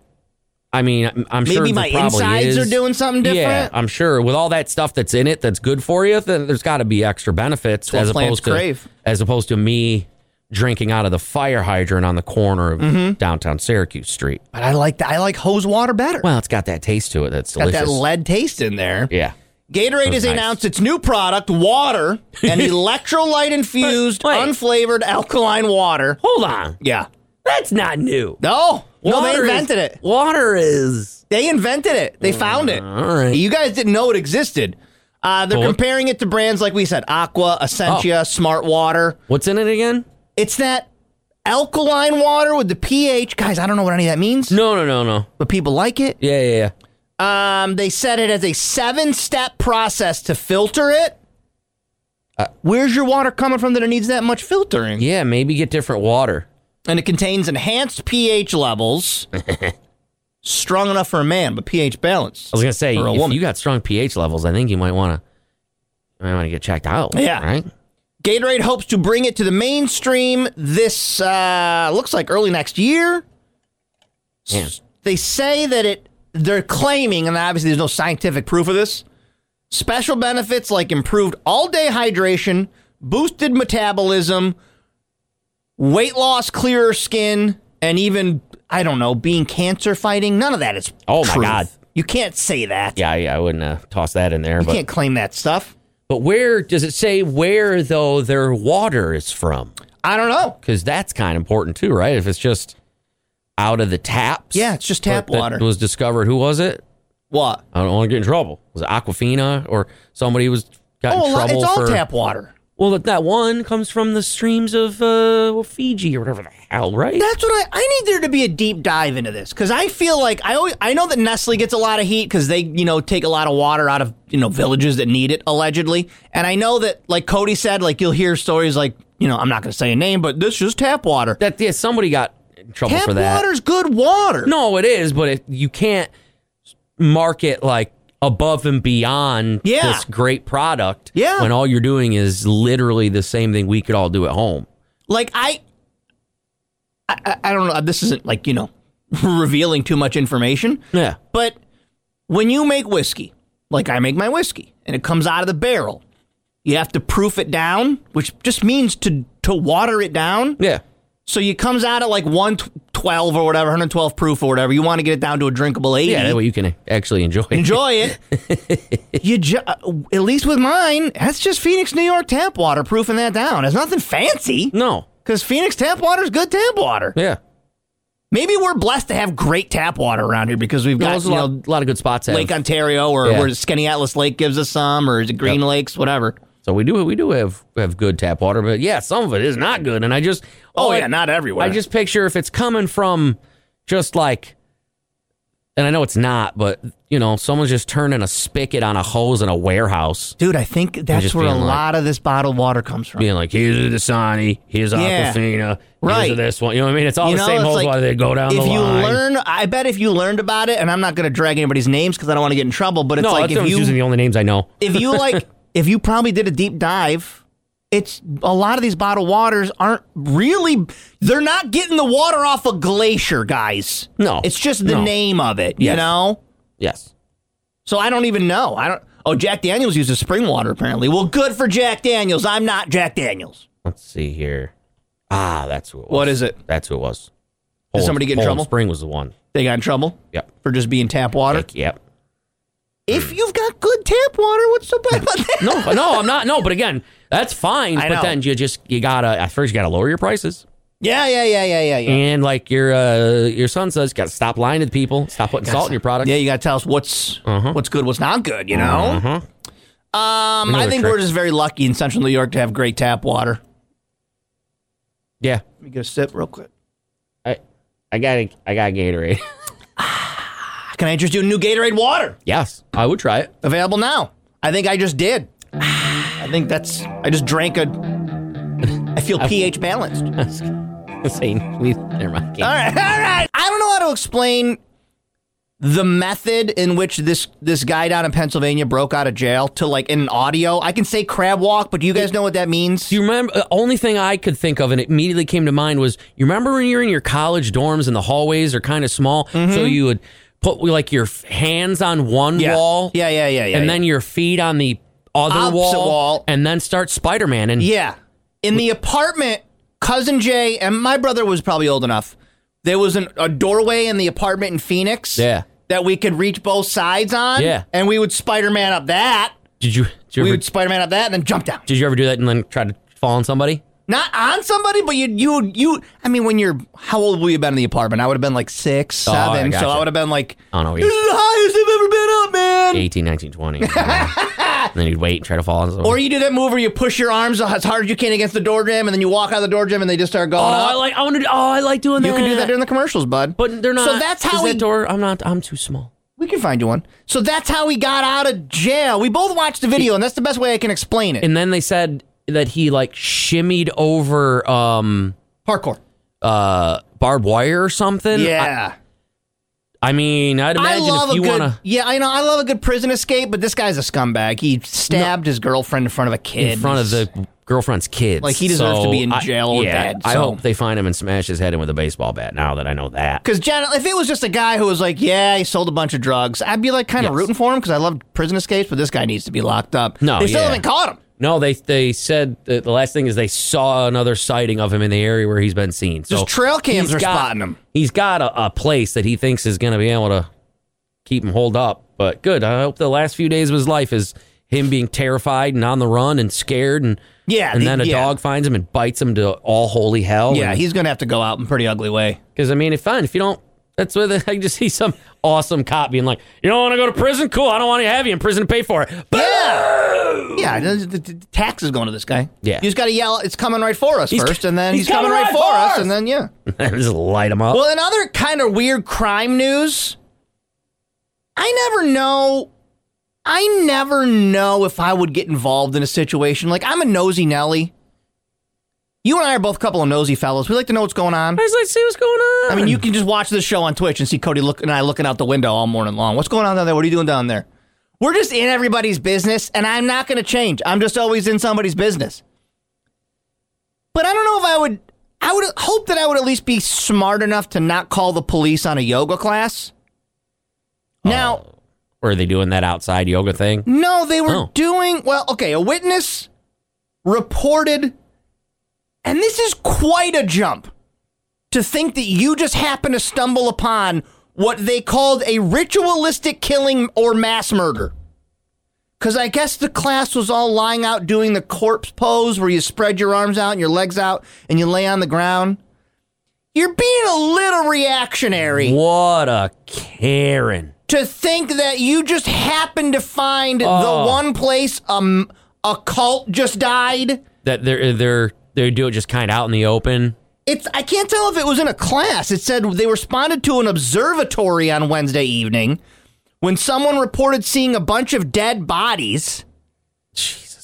S2: I mean, I'm, I'm sure
S1: Maybe
S2: there
S1: my
S2: probably
S1: insides
S2: is.
S1: are doing something
S2: Yeah,
S1: different.
S2: I'm sure with all that stuff that's in it that's good for you, then there's got to be extra benefits
S1: what
S2: as
S1: plants
S2: opposed to
S1: crave.
S2: as opposed to me drinking out of the fire hydrant on the corner of
S1: Mm-hmm.
S2: downtown Syracuse Street.
S1: But I like that. I like hose water better.
S2: Well, it's got that taste to it that's
S1: Got
S2: delicious.
S1: that lead taste in there.
S2: yeah.
S1: Gatorade has
S2: That's nice.
S1: announced its new product, water, an electrolyte infused,
S2: But wait.
S1: unflavored alkaline water.
S2: Hold on,
S1: Yeah.
S2: that's not new.
S1: No. no, they
S2: Water is-
S1: invented it.
S2: Water is
S1: They invented it. They found it.
S2: Mm, all right.
S1: You guys didn't know it existed. Uh, they're
S2: Well, what- Oh.
S1: comparing it to brands like we said Aqua, Essentia, Smart Water.
S2: what's in it again?
S1: It's that alkaline water with the pH. Guys, I don't know what any of that means,
S2: No, no, no, no.
S1: but people like it.
S2: Yeah, yeah, yeah.
S1: Um, they said it as a seven step process to filter it. Where's your water coming from that it needs that much filtering?
S2: Uh, Yeah, maybe get different water.
S1: And it contains enhanced pH levels. Strong enough for a man, but pH balance.
S2: I was gonna say,
S1: for a
S2: if
S1: woman.
S2: you got strong pH levels, I think you might want to, might want to get checked out.
S1: Yeah.
S2: right.
S1: Gatorade hopes to bring it to the mainstream this uh, looks like early next year.
S2: Yeah.
S1: They say that it they're claiming, and obviously there's no scientific proof of this. Special benefits like improved all-day hydration, boosted metabolism, weight loss, clearer skin, and even I don't know, being cancer fighting. None of that is
S2: Oh, my
S1: truth.
S2: God.
S1: You can't say that.
S2: Yeah, I, I wouldn't uh, toss that in there.
S1: you
S2: But
S1: can't claim that stuff.
S2: but where does it say where though their water is from?
S1: I don't know.
S2: Because that's kind of important too, right? If it's just out of the taps.
S1: Yeah, it's just tap
S2: But that
S1: water.
S2: was discovered. Who was it?
S1: What?
S2: I don't want to get in trouble. Was it Aquafina or somebody was got
S1: Oh,
S2: in
S1: a lot-
S2: trouble
S1: it's
S2: for?
S1: all tap water.
S2: Well, that- that one comes from the streams of uh, Fiji or whatever the hell, right?
S1: That's what I, I need there to be a deep dive into this because I feel like I always, I know that Nestle gets a lot of heat because they you know take a lot of water out of you know villages that need it allegedly and I know that like Cody said like you'll hear stories like you know, I'm not going to say a name, but this is tap water.
S2: That yeah, somebody got in trouble
S1: Tap
S2: for that.
S1: water's good water.
S2: No, it is, but it, you can't market like above and beyond
S1: Yeah.
S2: this great product
S1: Yeah.
S2: when all you're doing is literally the same thing we could all do at home.
S1: like I, I, I- I don't know. This isn't like you know revealing too much information.
S2: Yeah.
S1: But when you make whiskey, like I make my whiskey, and it comes out of the barrel, you have to proof it down, which just means to to water it down.
S2: Yeah.
S1: So it comes out at like 112 or whatever, 112 proof or whatever. You want to get it down to a drinkable 80.
S2: Yeah, that way you can actually enjoy it.
S1: Enjoy it. you ju- uh, at least with mine, that's just Phoenix, New York tap water proofing that down. It's nothing fancy.
S2: No.
S1: Because Phoenix tap water is good tap water.
S2: Yeah.
S1: Maybe we're blessed to have great tap water around here because we've
S2: No,
S1: got
S2: there's a
S1: you
S2: lot,
S1: know,
S2: lot of good spots.
S1: Lake
S2: have.
S1: Ontario or
S2: Yeah.
S1: where Skinny Atlas Lake gives us some or is it Green Lakes, whatever.
S2: So we do we do have have good tap water, but yeah, some of it is not good. And I just
S1: Oh,
S2: I-
S1: yeah, not everywhere.
S2: I just picture if it's coming from just like, and I know it's not, but you know, someone's just turning a spigot on a hose in a warehouse,
S1: Dude, I think that's
S2: just
S1: where a
S2: being like-
S1: lot of this bottled water comes from.
S2: being like, "Here's a Dasani, here's
S1: Yeah.
S2: Aquafina, here's
S1: Right.
S2: a this one." You know what I mean? It's all
S1: You
S2: the
S1: know,
S2: same
S1: it's
S2: hose
S1: like,
S2: water. They go down
S1: if
S2: the
S1: you
S2: line.
S1: learn, I bet if you learned about it, and I'm not going to drag anybody's names because I don't want to get in trouble, but it's
S2: no,
S1: like
S2: that's
S1: if
S2: I'm using
S1: you
S2: the only names I know.
S1: if you like if you probably did a deep dive, it's a lot of these bottled waters aren't really they're not getting the water off a glacier, guys.
S2: No.
S1: it's just the
S2: No.
S1: name of it, you
S2: Yes.
S1: know.
S2: Yes.
S1: So I don't even know. I don't. Oh, Jack Daniels uses spring water apparently. Well, good for Jack Daniels. I'm not Jack Daniels.
S2: Let's see here. Ah, that's what. It was.
S1: What is it?
S2: That's what it was.
S1: Did
S2: Poland-
S1: somebody get in
S2: Poland
S1: trouble?
S2: Spring was the one.
S1: They got in trouble
S2: Yep.
S1: for just being tap water.
S2: Like, yep.
S1: If you've got good tap water, what's so bad about that?
S2: No, no, I'm not. No, but again, that's fine.
S1: I
S2: but
S1: know.
S2: then you just you gotta at first you gotta lower your prices,
S1: Yeah, yeah, yeah, yeah, yeah, yeah.
S2: and like your uh, your son says, you gotta stop lying to the people, stop putting salt in your product.
S1: Yeah, you gotta tell us what's
S2: Uh-huh.
S1: what's good, what's not good. You know. Um, I
S2: Another
S1: think
S2: trick.
S1: we're just very lucky in Central New York to have great tap water.
S2: yeah.
S1: Let me get a sip real quick.
S2: I I got a, I got Gatorade.
S1: Can I introduce you to new Gatorade water
S2: yes, I would try it.
S1: available now? I think I just did. I think that's. I just drank a. I feel pH balanced. All
S2: Saying we never mind.
S1: right, all right. I don't know how to explain the method in which this this guy down in Pennsylvania broke out of jail to like in an audio. I can say crab walk, but do you guys know what that means?
S2: Do you remember? The only thing I could think of and it immediately came to mind was you remember when you're in your college dorms and the hallways are kind of small,
S1: Mm-hmm.
S2: so you would put like your f- hands on one
S1: yeah.
S2: wall,
S1: Yeah, yeah, yeah, yeah.
S2: and
S1: yeah.
S2: then your feet on the other
S1: Opposite
S2: wall,
S1: wall.
S2: and then start Spider Man. And
S1: Yeah. In the apartment, cousin Jay and my brother was probably old enough. There was an, a doorway in the apartment in Phoenix.
S2: Yeah.
S1: That we could reach both sides on.
S2: Yeah.
S1: And we would Spider Man up that.
S2: did you did you
S1: We
S2: ever,
S1: would Spider Man up that and then jump down.
S2: did you ever do that and then try to fall on somebody?
S1: Not on somebody, but you you you. I mean, when you're how old would you have been in the apartment? I would have been like six,
S2: Oh, I
S1: seven. so
S2: gotcha.
S1: I would have been like,
S2: I don't know,
S1: This is the highest I've ever been up, man.
S2: 18, 19, 20. you know. and then you'd wait and try to fall on somebody.
S1: Or you do that move where you push your arms as hard as you can against the door jam, and then you walk out of the door jam, and they just start going
S2: oh,
S1: up.
S2: I like I want to. Oh, I like doing that.
S1: You can do that during the commercials, bud.
S2: but they're not.
S1: So that's
S2: is
S1: how we
S2: that door. I'm not. I'm too small.
S1: we can find you one. So that's how we got out of jail. We both watched the video, and that's the best way I can explain it.
S2: And then they said that he like shimmied over um
S1: Parkour.
S2: uh barbed wire or something.
S1: Yeah,
S2: I, I mean, I'd
S1: I,
S2: imagine
S1: love
S2: if
S1: a
S2: you
S1: good.
S2: want to
S1: Yeah, I know. I love a good prison escape, but this guy's a scumbag. He stabbed his girlfriend in front of a kid.
S2: in front of the girlfriend's kids.
S1: Like, he deserves
S2: So
S1: to be in
S2: I-
S1: jail or
S2: yeah,
S1: dead,
S2: I
S1: so.
S2: hope they find him and smash his head in with a baseball bat. Now that I know that.
S1: Because if it was just a guy who was like, yeah, he sold a bunch of drugs, I'd be like kind of
S2: Yes.
S1: rooting for him because I love prison escapes, but this guy needs to be locked up.
S2: No,
S1: they still
S2: yeah.
S1: haven't caught him.
S2: No, they they said that the last thing is they saw another sighting of him in the area where he's been seen. So
S1: Just trail cams
S2: he's
S1: are
S2: got-
S1: spotting him.
S2: He's got a, a place that he thinks is going to be able to keep him holed up. But good. I hope the last few days of his life is him being terrified and on the run and scared and
S1: Yeah,
S2: and
S1: the-
S2: then a
S1: yeah.
S2: dog finds him and bites him to all holy hell.
S1: Yeah, he's gonna have to go out in a pretty ugly way.
S2: because I mean, if fine, if you don't. That's where the, I can just see some awesome cop being like, "You don't want to go to prison? Cool, I don't want to have you in prison to pay for it." But
S1: Yeah. Yeah, the, the, the tax is going to this guy.
S2: Yeah.
S1: You just got to yell, it's coming right for us
S2: He's-
S1: first, and then
S2: he's
S1: he's, coming, right for us, and then, yeah.
S2: just light him up.
S1: Well, in other kind of weird crime news, I never know. I never know if I would get involved in a situation. Like, I'm a nosy Nelly. You and I are both a couple of nosy fellows. We like to know what's going on.
S7: I just like to see what's going on.
S1: I mean, you can just watch this show on Twitch and see Cody look and I looking out the window all morning long. What's going on down there? What are you doing down there? We're just in everybody's business, and I'm not going to change. I'm just always in somebody's business. But I don't know if I would. I would hope that I would at least be smart enough to not call the police on a yoga class. Now,
S2: Or are they doing that outside yoga thing?
S1: no, they were
S2: Oh.
S1: doing well. Okay, a witness reported, and this is quite a jump to think that you just happen to stumble upon what they called a ritualistic killing or mass murder. Because I guess the class was all lying out doing the corpse pose where you spread your arms out and your legs out and you lay on the ground. You're being a little reactionary
S2: What a Karen.
S1: to think that you just happened to find
S2: Oh.
S1: the one place um a cult just died.
S2: That they're they're they do it just kind of out in the open.
S1: It's I can't tell if it was in a class. It said they responded to an observatory on Wednesday evening when someone reported seeing a bunch of dead bodies.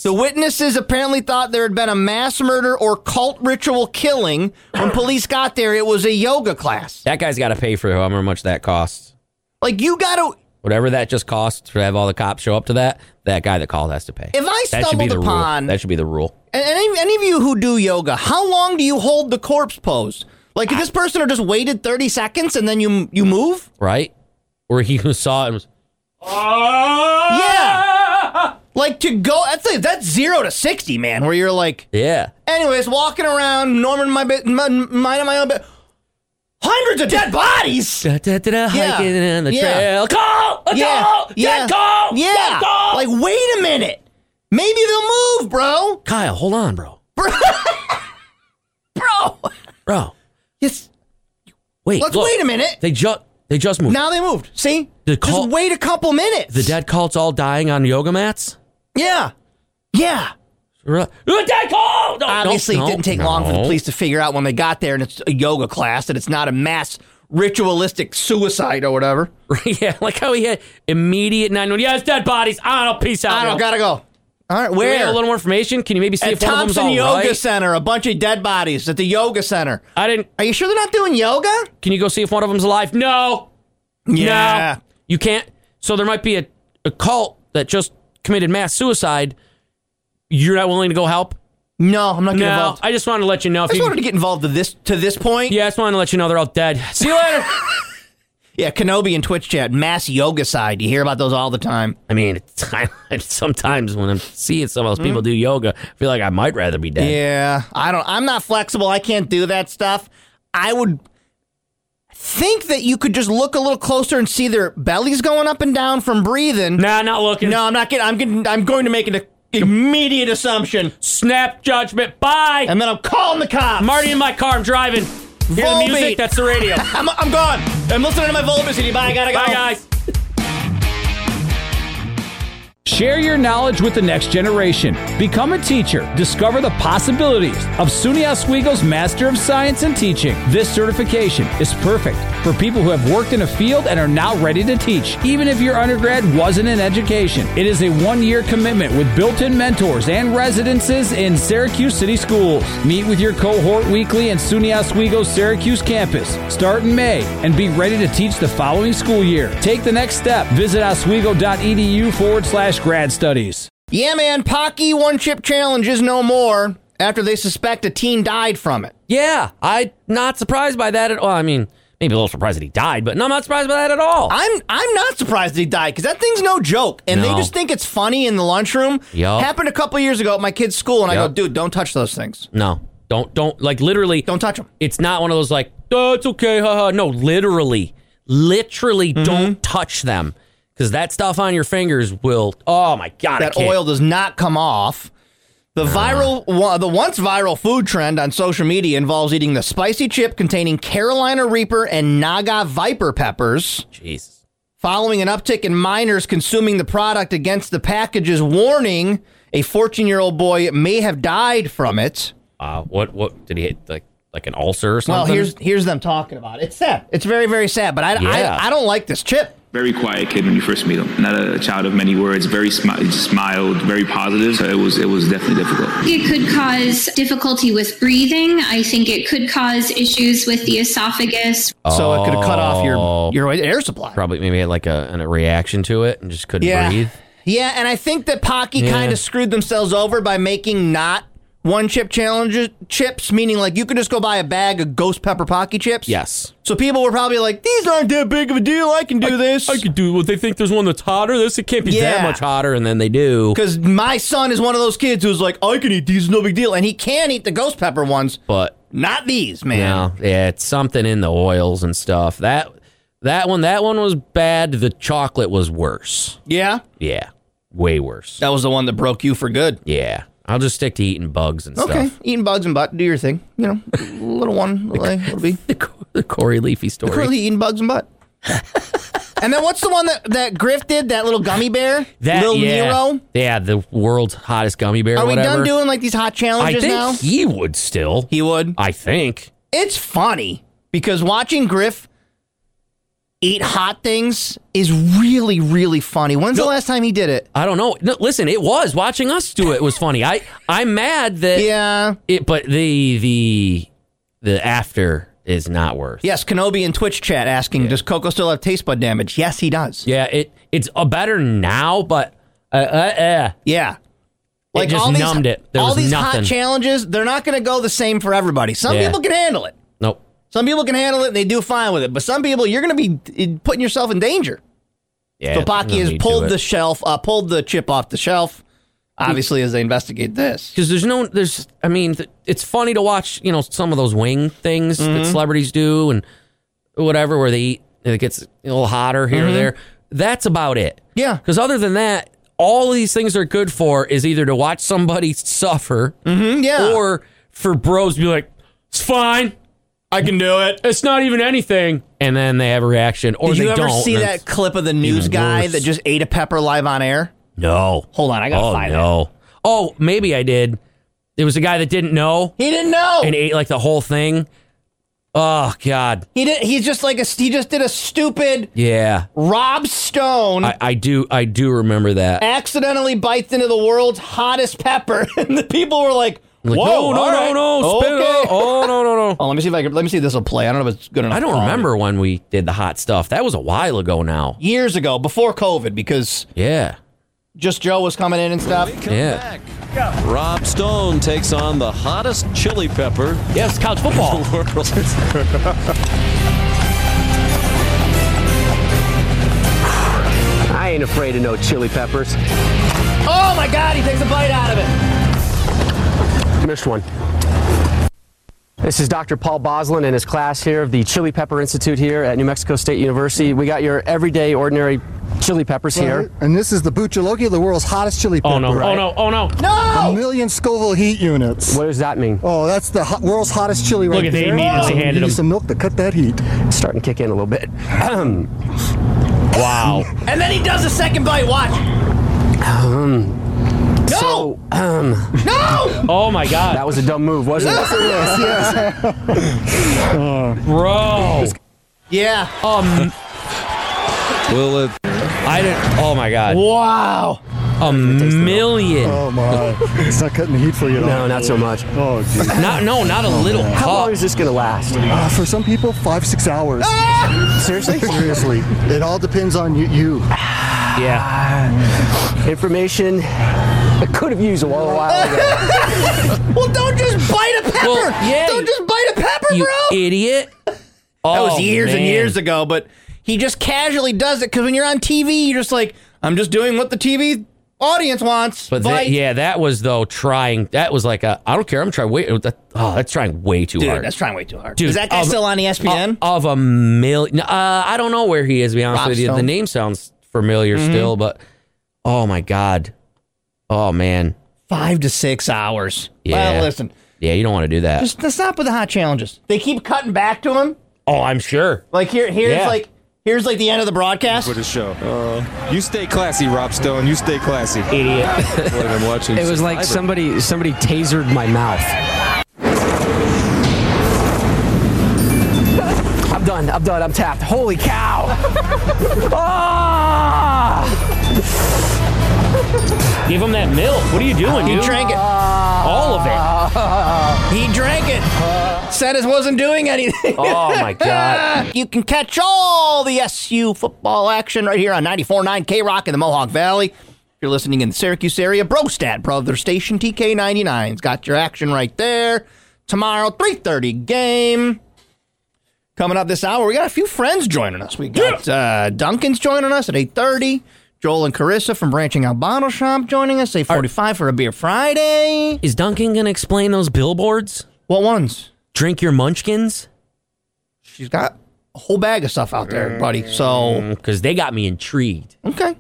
S1: The witnesses apparently thought there had been a mass murder or cult ritual killing. When police got there, it was a yoga class.
S2: That guy's got to pay for however much that costs.
S1: Like you got to
S2: Whatever that just costs to have all the cops show up to that, that guy that called has to pay.
S1: If I
S2: that should be
S1: stumbled
S2: the
S1: upon-
S2: rule. that should be the rule.
S1: And any, any of you who do yoga, how long do you hold the corpse pose? Like, did this person just waited 30 seconds and then you you move?
S2: right? Where he saw it and was,
S1: Yeah. Like, to go, that's, like, that's zero to 60, man, where you're like,
S2: yeah,
S1: anyways, walking around, Norman, my, bit, my, minding my own bit. Hundreds of dead bodies.
S2: da, da, da, da, hiking in the
S1: Yeah.
S2: trail, call, a call, dead call,
S1: Yeah.
S2: dead call.
S1: Like, wait a minute. Maybe they'll move, bro.
S2: Kyle, hold on, bro,
S1: Bro.
S2: bro,
S1: Yes.
S2: wait,
S1: Let's
S2: look.
S1: wait a minute.
S2: They just they just moved.
S1: Now they moved. See?
S2: The call-
S1: Just wait a couple minutes.
S2: the dead cult's all dying on yoga mats.
S1: Yeah. Yeah.
S2: Ru- "A Dead call. No,
S1: Obviously,
S2: no,
S1: it didn't take
S2: no.
S1: long for the police to figure out when they got there and it's a yoga class and it's not a mass ritualistic suicide or whatever.
S2: yeah, like how he had immediate nine one. Yeah, it's dead bodies. I don't know. Peace out.
S1: I don't
S2: bro.
S1: gotta go. All right,
S2: Do we have
S1: where?
S2: a little more information. Can you maybe see
S1: At
S2: if one of them's
S1: Thompson
S2: all
S1: Yoga
S2: right?
S1: Center, a bunch of dead bodies at the yoga center.
S2: I didn't.
S1: Are you sure they're not doing yoga?
S2: Can you go see if one of them's alive? No.
S1: Yeah.
S2: No. You can't. So there might be a, a cult that just committed mass suicide. You're not willing to go help?
S1: No, I'm not getting
S2: No.
S1: involved. I
S2: I just wanted to let you know if
S1: just
S2: you.
S1: wanted to get involved to this to this point.
S2: yeah, I just wanted to let you know they're all dead. See you later.
S1: yeah. Kenobi and Twitch chat, mass yoga side. You hear about those all the time.
S2: I mean, it's- I- sometimes when I'm seeing some of those people do yoga, I feel like I might rather be dead.
S1: Hmm. Yeah, I don't. I'm not flexible. I can't do that stuff. I would think that you could just look a little closer and see their bellies going up and down from breathing.
S2: Nah, not looking.
S1: No, I'm not getting. I'm getting. I'm going to make an immediate assumption,
S2: Snap judgment. Bye.
S1: and then I'm calling the cops.
S2: I'm already in my car. I'm driving. Hear the
S1: Volbeat.
S2: music? That's the radio. Bye,
S1: I'm, I'm gone. I'm listening to my Volbeat CD. Bye. I gotta go.
S2: guys.
S7: Share your knowledge with the next generation. Become a teacher. Discover the possibilities of SUNY Oswego's Master of Science in Teaching. This certification is perfect for people who have worked in a field and are now ready to teach, even if your undergrad wasn't in education. It is a one year commitment with built in mentors and residences in Syracuse City Schools. Meet with your cohort weekly in SUNY Oswego's Syracuse campus. Start in May and be ready to teach the following school year. Take the next step. Visit oswego.edu forward slash grad studies.
S1: Yeah, man. Pocky one chip challenge is no more. After they suspect a teen died from it.
S2: Yeah, I'm not surprised by that at all. I mean, maybe a little surprised that he died, but no, I'm not surprised by that at all.
S1: I'm I'm not surprised that he died because that thing's no joke, and they
S2: No.
S1: just think it's funny in the lunchroom.
S2: Yup.
S1: Happened a couple years ago at my kid's school, and I go,
S2: Yup.
S1: dude, don't touch those things.
S2: no, don't, don't, like literally.
S1: Don't touch them.
S2: It's not one of those like, oh, it's okay, haha. No, literally, literally don't touch them because that stuff on your fingers will, oh my God. I
S1: That
S2: can't-
S1: oil does not come off. The viral, wa- the once viral food trend on social media involves eating the spicy chip containing Carolina Reaper and Naga Viper peppers.
S2: Jesus.
S1: Following an uptick in minors consuming the product against the package's warning, a 14 year old boy may have died from it.
S2: Uh, what, what, did he hit like, like an ulcer or something?
S1: Well, here's here's them talking about it. It's sad. It's very very sad. But I,
S2: Yeah.
S1: I, I don't like this chip.
S8: Very quiet kid when you first meet him. Not a child of many words. Very smi- smiled, very positive. So it was it was definitely difficult.
S9: It could cause difficulty with breathing. I think it could cause issues with the esophagus.
S1: So it could cut off your
S2: Oh.
S1: your air supply.
S2: Probably maybe had like a, a reaction to it and just couldn't
S1: Yeah.
S2: breathe.
S1: Yeah, and I think that Pocky
S2: Yeah.
S1: kind of screwed themselves over by making not one chip challenger chips, meaning like you could just go buy a bag of Ghost Pepper Pocky chips.
S10: Yes.
S1: So people were probably like, these aren't that big of a deal. I can do this.
S10: I could do what they think. There's one that's hotter. This it can't be
S1: Yeah.
S10: that much hotter, and then they do.
S1: Because my son is one of those kids who's like, I can eat these, no big deal. And he can eat the ghost pepper ones,
S2: But
S1: not these, man.
S2: Yeah, yeah, it's something in the oils and stuff. That that one, that one was bad. The chocolate was worse.
S1: Yeah.
S2: Yeah, way worse.
S1: That was the one that broke you for good.
S2: Yeah, I'll just stick to eating bugs and
S1: Okay.
S2: stuff.
S1: Eating bugs and butt. Do your thing. You know, little one, little A, little B.
S2: The Corey Leafy story.
S1: Curly eating bugs and butt. and then what's the one that, that Griff did? That little gummy bear?
S2: that
S1: little
S2: yeah,
S1: Nero?
S2: Yeah, the world's hottest gummy bear.
S1: Are we
S2: whatever.
S1: done doing like these hot
S2: I
S1: challenges
S2: think
S1: now?
S2: he would still.
S1: He would.
S2: I think.
S1: it's funny because watching Griff eat hot things is really, really funny. When's the last time he did it?
S2: I don't know. No, listen, it was watching us do it was funny. I I'm mad that
S1: yeah.
S2: It, but the the the after is not worth.
S1: Yes, Kenobi in Twitch chat asking, does Coco still have taste bud damage? Yes, he does.
S2: Yeah, it it's a better now, but uh, uh, uh.
S1: yeah,
S2: like just numbed it. There
S1: all
S2: was
S1: these
S2: nothing.
S1: hot challenges, they're not going to go the same for everybody. Some
S2: Yeah.
S1: people can handle it.
S2: nope.
S1: Some people can handle it and they do fine with it. But some people, you're going to be eh, putting yourself in danger.
S2: Yeah,
S1: so Pocky
S2: no
S1: has
S2: need to
S1: pulled
S2: it.
S1: the shelf, uh, pulled the chip off the shelf. Obviously, as they investigate this,
S2: Because there's no, there's, I mean, th- it's funny to watch, you know, some of those wing things that
S1: Mhm.
S2: celebrities do and whatever, where they eat and it gets a little hotter here or
S1: Mhm.
S2: there. That's about it.
S1: Yeah.
S2: Because other than that, all these things are good for is either to watch somebody suffer,
S1: Mm, yeah,
S2: or for bros to be like, it's fine, I can do it. It's not even anything, and then they have a reaction, or
S1: Did
S2: they
S1: you ever
S2: don't,
S1: see
S2: and
S1: that
S2: it's-
S1: clip of the news guy
S2: worse.
S1: that just ate a pepper live on air?
S2: No.
S1: Hold on, I gotta
S2: oh,
S1: find
S2: no. Oh, maybe I did. There was a guy that didn't know.
S1: He didn't know.
S2: And ate like the whole thing. Oh God.
S1: He did. He's just like a. He just did a stupid
S2: Yeah.
S1: Rob Stone.
S2: I, I do I do remember that.
S1: accidentally bites into the world's hottest pepper, and the people were like,
S2: Like, no,
S1: "Whoa,
S2: no,
S1: all
S2: no,
S1: right,
S2: no, spit it out. Oh, no, no, no."
S1: oh, let me see if I can. Let me see if this will play. I don't know if it's good enough.
S2: I don't
S1: quality.
S2: remember when we did the hot stuff. That was a while ago now.
S1: years ago before COVID because
S2: yeah,
S1: just Joe was coming in and stuff.
S2: Yeah.
S11: Rob Stone takes on the hottest chili pepper.
S2: Yes, college football.
S12: I ain't afraid of no chili peppers.
S1: Oh my God, he takes a bite out of it.
S12: Missed one. This is Dr. Paul Boslin and his class here of the Chili Pepper Institute here at New Mexico State University. We got your everyday, ordinary chili peppers here.
S13: And this is the Bucciologi, the world's hottest chili pepper.
S12: Oh, no. Oh, no.
S2: Oh no!
S13: No! A million Scoville heat units.
S12: What does that mean?
S13: Oh, that's the hot, world's hottest chili
S12: Look
S13: right
S12: at- they
S13: there.
S12: immediately
S13: Oh,
S12: handed
S13: you
S12: him-
S13: Use some milk to cut that heat.
S12: It's starting to kick in a little bit.
S2: wow.
S1: And then he does a second bite. Watch.
S12: Um, no! So, um,
S1: no!
S2: Oh my God!
S12: That was a dumb move, wasn't
S13: Yes,
S12: it?
S13: it is, yes.
S2: Bro.
S1: Yeah.
S2: Um.
S11: Will it?
S2: I didn't. Oh my God.
S1: Wow.
S2: A million.
S13: Oh my! It's not cutting the heat for you. at
S12: No,
S13: all.
S12: not so much.
S13: Oh, geez.
S2: Not- no, not a little
S12: How long is this going to last?
S13: Uh, for some people, five six hours.
S12: Seriously?
S13: Seriously, it all depends on you. you.
S12: Yeah. Information I could have used a while, a while ago.
S1: well, don't just bite a pepper.
S2: Well, yeah.
S1: Don't just bite a pepper,
S2: You
S1: bro.
S2: idiot.
S1: that
S2: Oh,
S1: was years and
S2: man.
S1: years ago, but he just casually does it because when you're on TV, you're just like, I'm just doing what the TV audience wants.
S2: But
S1: bite.
S2: that, yeah, that was though trying. That was like a. I don't care. I'm trying way. That, oh, that's trying way too
S1: Dude,
S2: hard.
S1: that's trying way too hard.
S2: Dude,
S1: Is that guy
S2: of-
S1: still on E ESPN?
S2: Of, a million. Uh, I don't know where he is. To be honest
S1: Rob
S2: with you, the
S1: Stone.
S2: name sounds familiar still, but oh my god, oh man,
S1: Five to six hours.
S2: Yeah.
S1: Well, listen,
S2: Yeah, you don't want to do that.
S1: just to stop with the hot challenges. They keep cutting back to him.
S2: oh, I'm sure.
S1: Like here, here's
S2: Yeah.
S1: like here's like the end of the broadcast.
S11: For the show. you stay classy, Rob Stone. You stay classy. Idiot. I'm watching
S12: It was like
S11: Survivor.
S12: somebody somebody tasered my mouth. I'm done.
S7: done. I'm done. I'm tapped. Holy cow. ah!
S14: Give him that milk. What are you doing,
S1: He
S14: dude?
S1: drank it.
S14: All of it.
S1: He drank it. Said it wasn't doing anything.
S14: Uh. Oh, my God.
S1: you can catch all the SU football action right here on 94.9 K Rock in the Mohawk Valley. If you're listening in the Syracuse area, Brostat Brother Station TK99's got your action right there. Tomorrow, 3.30 game. Coming up this hour, we got a few friends joining us. We got uh, Duncan's joining us at 8.30. Joel and Carissa from Branching Out Bottle Shop joining us. 8.45 for a Beer Friday.
S2: Is Duncan going to explain those billboards?
S1: What ones?
S2: Drink your munchkins?
S1: She's got a whole bag of stuff out there, buddy. So,
S2: because Mm, they got me intrigued.
S1: Okay.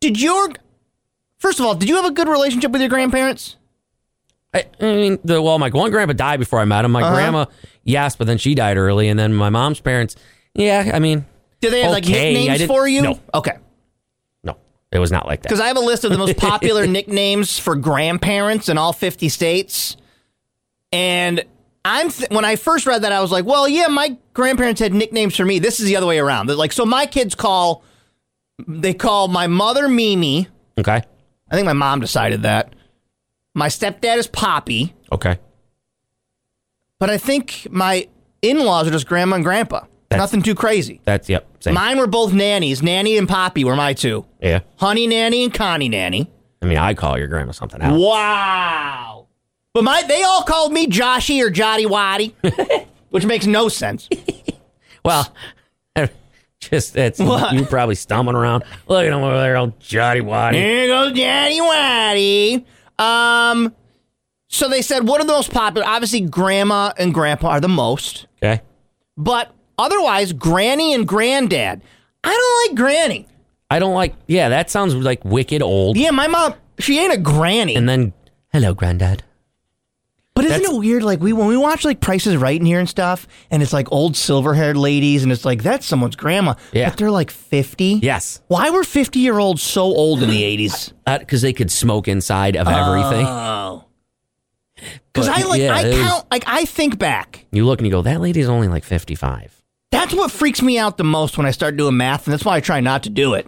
S1: Did your first of all, did you have a good relationship with your grandparents?
S2: I, I mean, the, well, my one grandpa died before I met him. My
S1: Uh-huh.
S2: grandma, yes, but then she died early, and then my mom's parents. Yeah, I mean,
S1: Did they have like
S2: okay, I
S1: nicknames
S2: didn't-
S1: for you?
S2: No,
S1: Okay.
S2: no, it was not like that.
S1: Because I have a list of the most popular nicknames for grandparents in all 50 states. And I'm th- when I first read that, I was like, well, yeah, my grandparents had nicknames for me. This is the other way around. They're Like, so my kids call, they call my mother Mimi.
S2: Okay.
S1: I think my mom decided that. My stepdad is Poppy.
S2: Okay.
S1: But I think my in laws are just grandma and grandpa. Nothing too crazy.
S2: That's yep. Same.
S1: Mine were both nannies. Nanny and Poppy were my two.
S2: yeah.
S1: Honey Nanny and Connie Nanny.
S2: I mean, I call your grandma something else.
S1: Wow. But my they all called me Joshy or Jotty Waddy, which makes no sense.
S2: Well, just that's
S1: What?
S2: you probably stumbling around. Look at him over there, old Jotty Waddy.
S1: Here goes Jotty Waddy. Um, so they said, what are the most popular? Obviously, grandma and grandpa are the most,
S2: Okay.
S1: but otherwise, granny and granddad. I don't like granny.
S2: I don't like. Yeah, that sounds like wicked old.
S1: Yeah, my mom, she ain't a granny.
S2: And then, hello, granddad.
S1: But isn't it weird? Like we when we watch like Prices Right in here and stuff, and it's like old silver haired ladies, and it's like that's someone's grandma. Yeah. But they're like fifty.
S2: Yes.
S1: Why were fifty year olds so old in the eighties?
S2: Because they could smoke inside of everything.
S1: Oh. Because
S2: But,
S1: I like
S2: yeah,
S1: I
S2: it was-
S1: count like I think back.
S2: You look and you go, that lady's only like 55.
S1: That's what freaks me out the most when I start doing math, and that's why I try not to do it.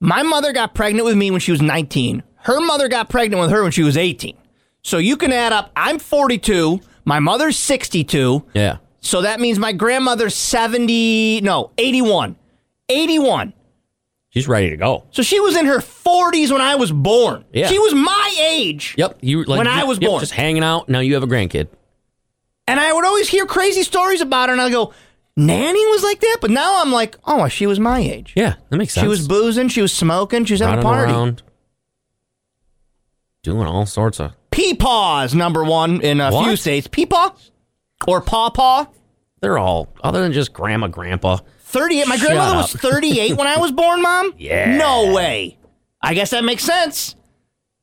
S1: My mother got pregnant with me when she was 19. Her mother got pregnant with her when she was 18. So you can add up, I'm 42, my mother's 62.
S2: Yeah.
S1: So that means my grandmother's 70, no, 81. 81.
S2: She's ready to go.
S1: So she was in her 40s when I was born.
S2: Yeah.
S1: She was my age.
S2: Yep. You like,
S1: When I was
S2: yep,
S1: born.
S2: Just hanging out. Now you have a grandkid.
S1: And I would always hear crazy stories about her, and I go, Nanny was like that? But now I'm like, oh, she was my age.
S2: Yeah, that makes sense.
S1: She was boozing, she was smoking, she was having a
S2: Running
S1: party.
S2: around, doing all sorts of.
S1: Peepaw is number one in a few
S2: What?
S1: states. Peepaw or pawpaw.
S2: They're all, other than just grandma, grandpa.
S1: 38. My
S2: Shut
S1: grandmother was
S2: up.
S1: 38 when I was born, Mom?
S2: Yeah.
S1: No way. I guess that makes sense.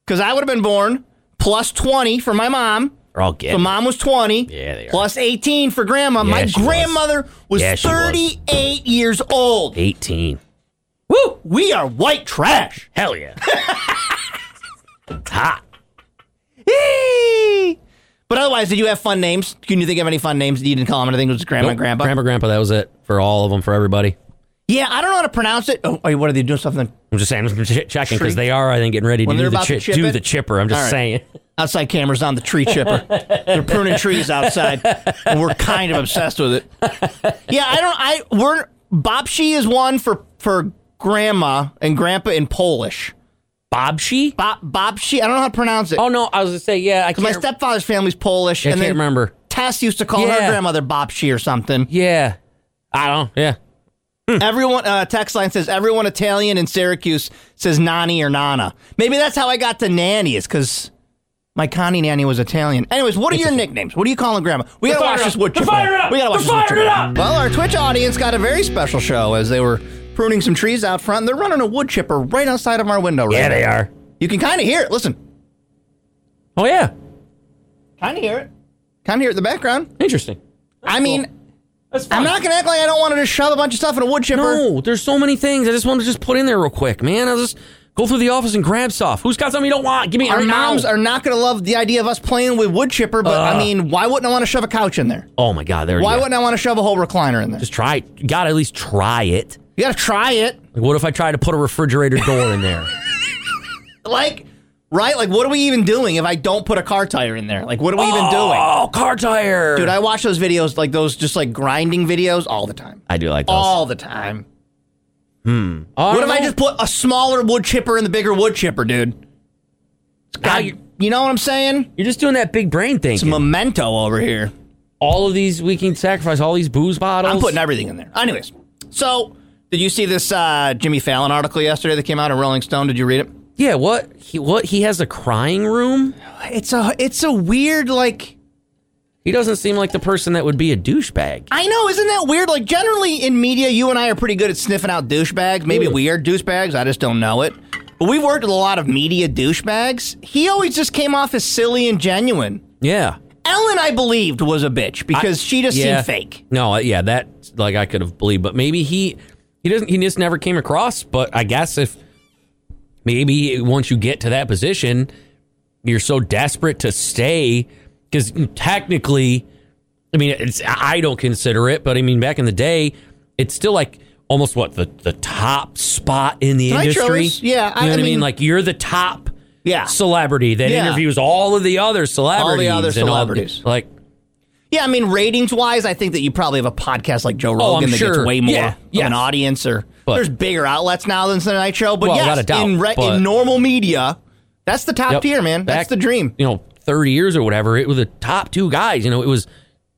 S1: Because I would have been born plus 20 for my mom.
S2: They're all getting
S1: So mom was 20.
S2: Yeah, they are.
S1: Plus 18 for grandma.
S2: Yeah,
S1: my
S2: she was.
S1: grandmother was,
S2: Yeah, she was.
S1: 38 years old.
S2: 18.
S1: Woo! We are white trash.
S2: Hell yeah. it's hot.
S1: Eee! But otherwise, did you have fun names? Can you think of any fun names that you didn't call them? I think it was grandma
S2: Nope,
S1: and grandpa.
S2: Grandpa, grandpa. That was it for all of them, for everybody.
S1: Yeah, I don't know how to pronounce it. Oh, are you- what are they doing? Something
S2: I'm just saying, I'm just che- checking because they are, I think, getting ready to
S1: when they're
S2: do, the,
S1: about
S2: chi-
S1: to chip
S2: do
S1: it?
S2: the chipper. I'm just
S1: All right.
S2: saying.
S1: Outside cameras on the tree chipper. They're pruning trees outside, and we're kind of obsessed with it. Yeah, I don't. I we're Bobshi is one for for grandma and grandpa in Polish.
S2: Bobshi?
S1: Bob Bobshi. I don't know how to pronounce it.
S2: Oh, no. I was going to say, yeah. I
S1: because my
S2: can't,
S1: stepfather's family's Polish.
S2: I
S1: and
S2: can't
S1: then
S2: remember.
S1: Tess used to call her
S2: Yeah.
S1: grandmother Bobshi or something.
S2: Yeah. I don't. Yeah.
S1: Everyone uh, text line says everyone Italian in Syracuse says Nani or Nana. Maybe that's how I got to Nanny is because my Connie Nanny was Italian. Anyways, what are your nicknames? What are you calling Grandma? We gotta
S2: We're
S1: watch
S2: fired
S1: this
S2: up.
S1: wood
S2: We're
S1: chipper.
S2: fired up.
S1: We gotta watch
S2: We're
S1: this wood
S2: fired
S1: chipper.
S2: up.
S1: Well, our Twitch audience got a very special show as they were pruning some trees out front. They're running a wood chipper right outside of our window. Right
S2: Yeah,
S1: now.
S2: they are.
S1: You can kind of hear it. Listen,
S2: Oh, yeah.
S1: kind of hear it. Kind of hear it in the background.
S2: Interesting.
S1: I mean, I'm not gonna act like I
S7: Oh,
S1: don't want to just shove a bunch of stuff in a wood chipper.
S2: No, there's so many things. I just want to just put in there real quick, man. I'll just Go through the office and grab stuff. Who's got something you don't want? Give me
S1: Our
S2: right now.
S1: moms are not going to love the idea of us playing with wood chipper, but I
S2: Ugh.
S1: mean, why wouldn't I want to shove a couch in there?
S2: Oh my god, there.
S1: Why
S2: you go.
S1: wouldn't I want to shove a whole recliner in there?
S2: Just try. it. You gotta at least try it.
S1: You gotta try it.
S2: Like, what if I try to put a refrigerator door in there?
S1: Like, right? Like, what are we even doing if I don't put a car tire in there? Like, what are we even doing?
S2: Oh, car tire.
S1: Dude, I watch those videos, like those just like grinding videos all the time.
S2: I do like those.
S1: All the time.
S2: Hmm.
S1: what if I just put a smaller wood chipper in the bigger wood chipper, dude? God, you, know what I'm saying?
S2: You're just doing that big brain thing.
S1: It's memento over here.
S2: All of these weekend sacrifice, all these booze bottles.
S1: I'm putting everything in there. Anyways, so did you see this uh, Jimmy Fallon article yesterday that came out in Rolling Stone? Did you read it?
S2: Yeah. What he what he has a crying room.
S1: It's a it's a weird like.
S2: He doesn't seem like the person that would be a douchebag.
S1: I know, isn't that weird? Like generally in media, you and I are pretty good at sniffing out douchebags. Maybe
S2: Yeah.
S1: we are douchebags. I just don't know it. But we've worked with a lot of media douchebags. He always just came off as silly and genuine.
S2: Yeah.
S1: Ellen, I believed was a bitch because
S2: I-
S1: she just
S2: yeah.
S1: seemed fake.
S2: No, uh, yeah, that like I could have believed, but maybe he he doesn't he just never came across. But I guess if maybe once you get to that position, you're so desperate to stay because technically, I mean, it's I don't consider it, but I mean, back in the day, it's still like almost what the the top spot in the
S1: Nitros,
S2: industry.
S1: yeah, I-
S2: you know what I
S1: I
S2: mean?
S1: mean-
S2: like you're the top
S1: yeah
S2: celebrity that
S1: Yeah.
S2: interviews all of the other celebrities,
S1: other
S2: and all-
S1: celebrities.
S2: like.
S1: Yeah, I mean, ratings wise, I think that you probably have a podcast like Joe
S2: Oh,
S1: Rogan
S2: I'm
S1: that
S2: sure.
S1: gets way more
S2: Yeah,
S1: of an audience, or
S2: But-
S1: there's bigger outlets now than the Night Show. But
S2: Well,
S1: yes,
S2: without a doubt,
S1: in, re-
S2: but-
S1: in normal media, that's the top
S2: Yep.
S1: tier, man.
S2: Back,
S1: that's the dream.
S2: You know, 30 years or whatever, it was the top two guys. You know, it was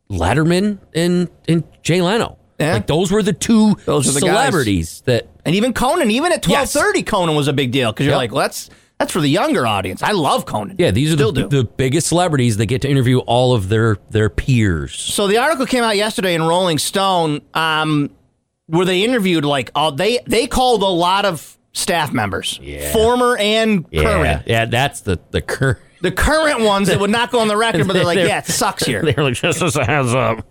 S2: Letterman and and Jay Leno. Like those were the two
S1: Those are the guys.
S2: celebrities that
S1: And even Conan, even at twelve
S2: Yes.
S1: thirty, Conan was a big deal because you're
S2: Yep.
S1: like, well, that's that's for the younger audience. I love Conan.
S2: yeah, these are
S1: Still
S2: the, the
S1: do.
S2: biggest celebrities that get to interview all of their their peers.
S1: So the article came out yesterday in Rolling Stone, um, where they interviewed like all they they called a lot of staff members, former and
S2: Yeah.
S1: current.
S2: Yeah, that's the the current.
S1: The current ones that would not go on the record, but they're like, yeah, it sucks here.
S2: They're like, just as a heads up.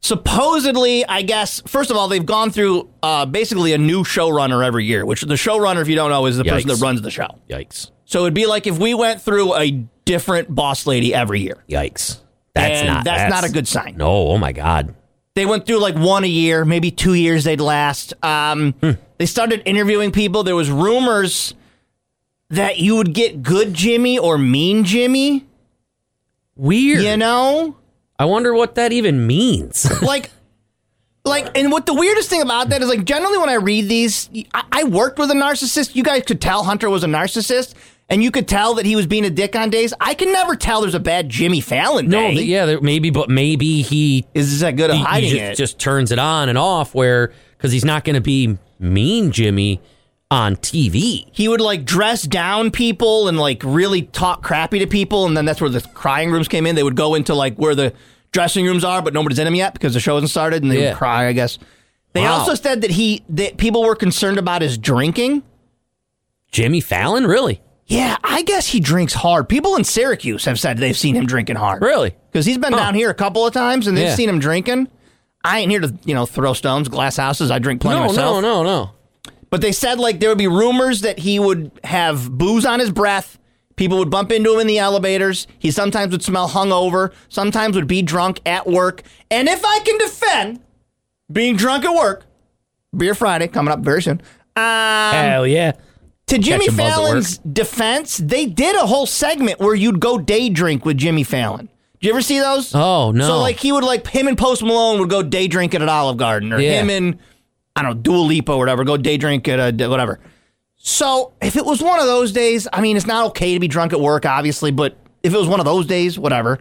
S1: supposedly, I guess, first of all, they've gone through uh, basically a new showrunner every year, which the showrunner, if you don't know, is the person
S2: Yikes.
S1: that runs the show.
S2: Yikes.
S1: So it'd be like if we went through a different boss lady every year.
S2: Yikes. That's
S1: And
S2: not
S1: that's not a good sign.
S2: No, oh my God.
S1: They went through like one a year, maybe two years they'd last. Um,
S2: Hmm.
S1: They started interviewing people. There was rumors that you would get good Jimmy or mean Jimmy.
S2: Weird.
S1: You know?
S2: I wonder what that even means.
S1: like like and what the weirdest thing about that is like generally when i read these I, I worked with a narcissist you guys could tell hunter was a narcissist and you could tell that he was being a dick on days i can never tell there's a bad jimmy fallon
S2: No,
S1: day.
S2: th- yeah, there, maybe, but maybe he
S1: is that good at hiding
S2: just,
S1: it.
S2: Just turns it on and off, where because he's not going to be mean Jimmy on TV.
S1: he would like dress down people and like really talk crappy to people and then that's where the crying rooms came in they would go into like where the dressing rooms are but nobody's in them yet because the show hasn't started and they
S2: Yeah.
S1: would cry i guess they
S2: Wow.
S1: also said that he that people were concerned about his drinking
S2: Jimmy Fallon, really?
S1: Yeah, I guess he drinks hard. People in Syracuse have said they've seen him drinking hard.
S2: Really?
S1: Because he's been down here a couple of times and they've
S2: Yeah.
S1: seen him drinking. I ain't here to, you know, throw stones, glass houses. I drink plenty
S2: No,
S1: myself.
S2: no, no, no.
S1: But they said like there would be rumors that he would have booze on his breath. People would bump into him in the elevators. He sometimes would smell hungover, sometimes would be drunk at work. And if I can defend being drunk at work, Beer Friday coming up very soon. Um,
S2: Hell yeah.
S1: to Jimmy
S2: Catching buzz at work.
S1: Fallon's defense, they did a whole segment where you'd go day drink with Jimmy Fallon. Did you ever see those?
S2: Oh, no.
S1: So like he would like him and Post Malone would go day drinking at Olive Garden, or
S2: Yeah.
S1: him and I don't know Dua Lipa or whatever go day drink at a, whatever. So if it was one of those days, I mean, it's not okay to be drunk at work, obviously, but if it was one of those days, whatever.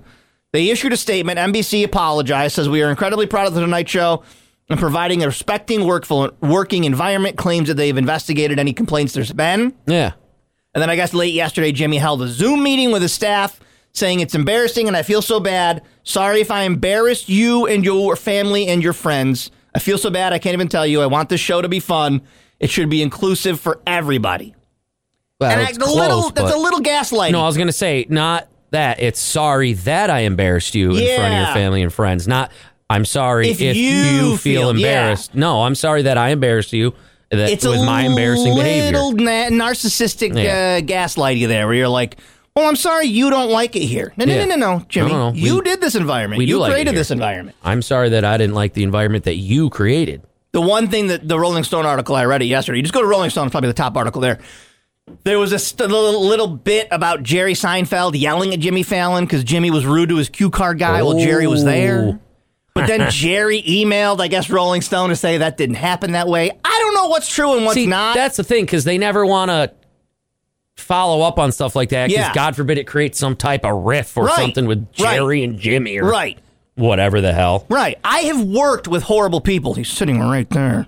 S1: They issued a statement. NBC apologized, says we are incredibly proud of the Tonight Show and providing a respecting workful, working environment. Claims that they've investigated any complaints there's been.
S2: Yeah.
S1: And then I guess late yesterday, Jimmy held a Zoom meeting with his staff saying it's embarrassing and I feel so bad. Sorry if I embarrassed you and your family and your friends. I feel so bad. I can't even tell you. I want this show to be fun. It should be inclusive for everybody.
S2: Well,
S1: and
S2: it's
S1: I, the little,
S2: close,
S1: that's
S2: but-
S1: a little gaslighting.
S2: No, I was going to say not that. It's sorry that I embarrassed you in front of
S1: Yeah.
S2: your family and friends. Not I'm sorry
S1: If
S2: if,
S1: you
S2: you, feel
S1: feel- yeah.
S2: embarrassed. No, I'm sorry that I embarrassed you that
S1: it's
S2: with
S1: a
S2: my embarrassing behavior.
S1: little na- narcissistic
S2: Yeah.
S1: uh, gaslighting there, where you're like, "Well, I'm sorry, you don't like it here." No, no,
S2: Yeah.
S1: no, no, no, Jimmy,
S2: No, no, no.
S1: you
S2: We-
S1: did this environment.
S2: we do
S1: you
S2: like it
S1: created
S2: here.
S1: this environment.
S2: I'm sorry that I didn't like the environment that you created.
S1: The one thing that the Rolling Stone article I read it yesterday. You just go to Rolling Stone; it's probably the top article there. There was a st- little, little bit about Jerry Seinfeld yelling at Jimmy Fallon because Jimmy was rude to his cue card guy while Jerry
S2: Oh.
S1: was there. But then Jerry emailed, I guess, Rolling Stone to say that didn't happen that way. I don't know what's true and what's
S2: See,
S1: not.
S2: That's the thing because they never want to follow up on stuff like that. Because
S1: Yeah.
S2: God forbid it creates some type of riff or
S1: Right.
S2: something with
S1: Right.
S2: Jerry and Jimmy or
S1: Right.
S2: whatever the hell.
S1: Right. I have worked with horrible people. He's sitting right there.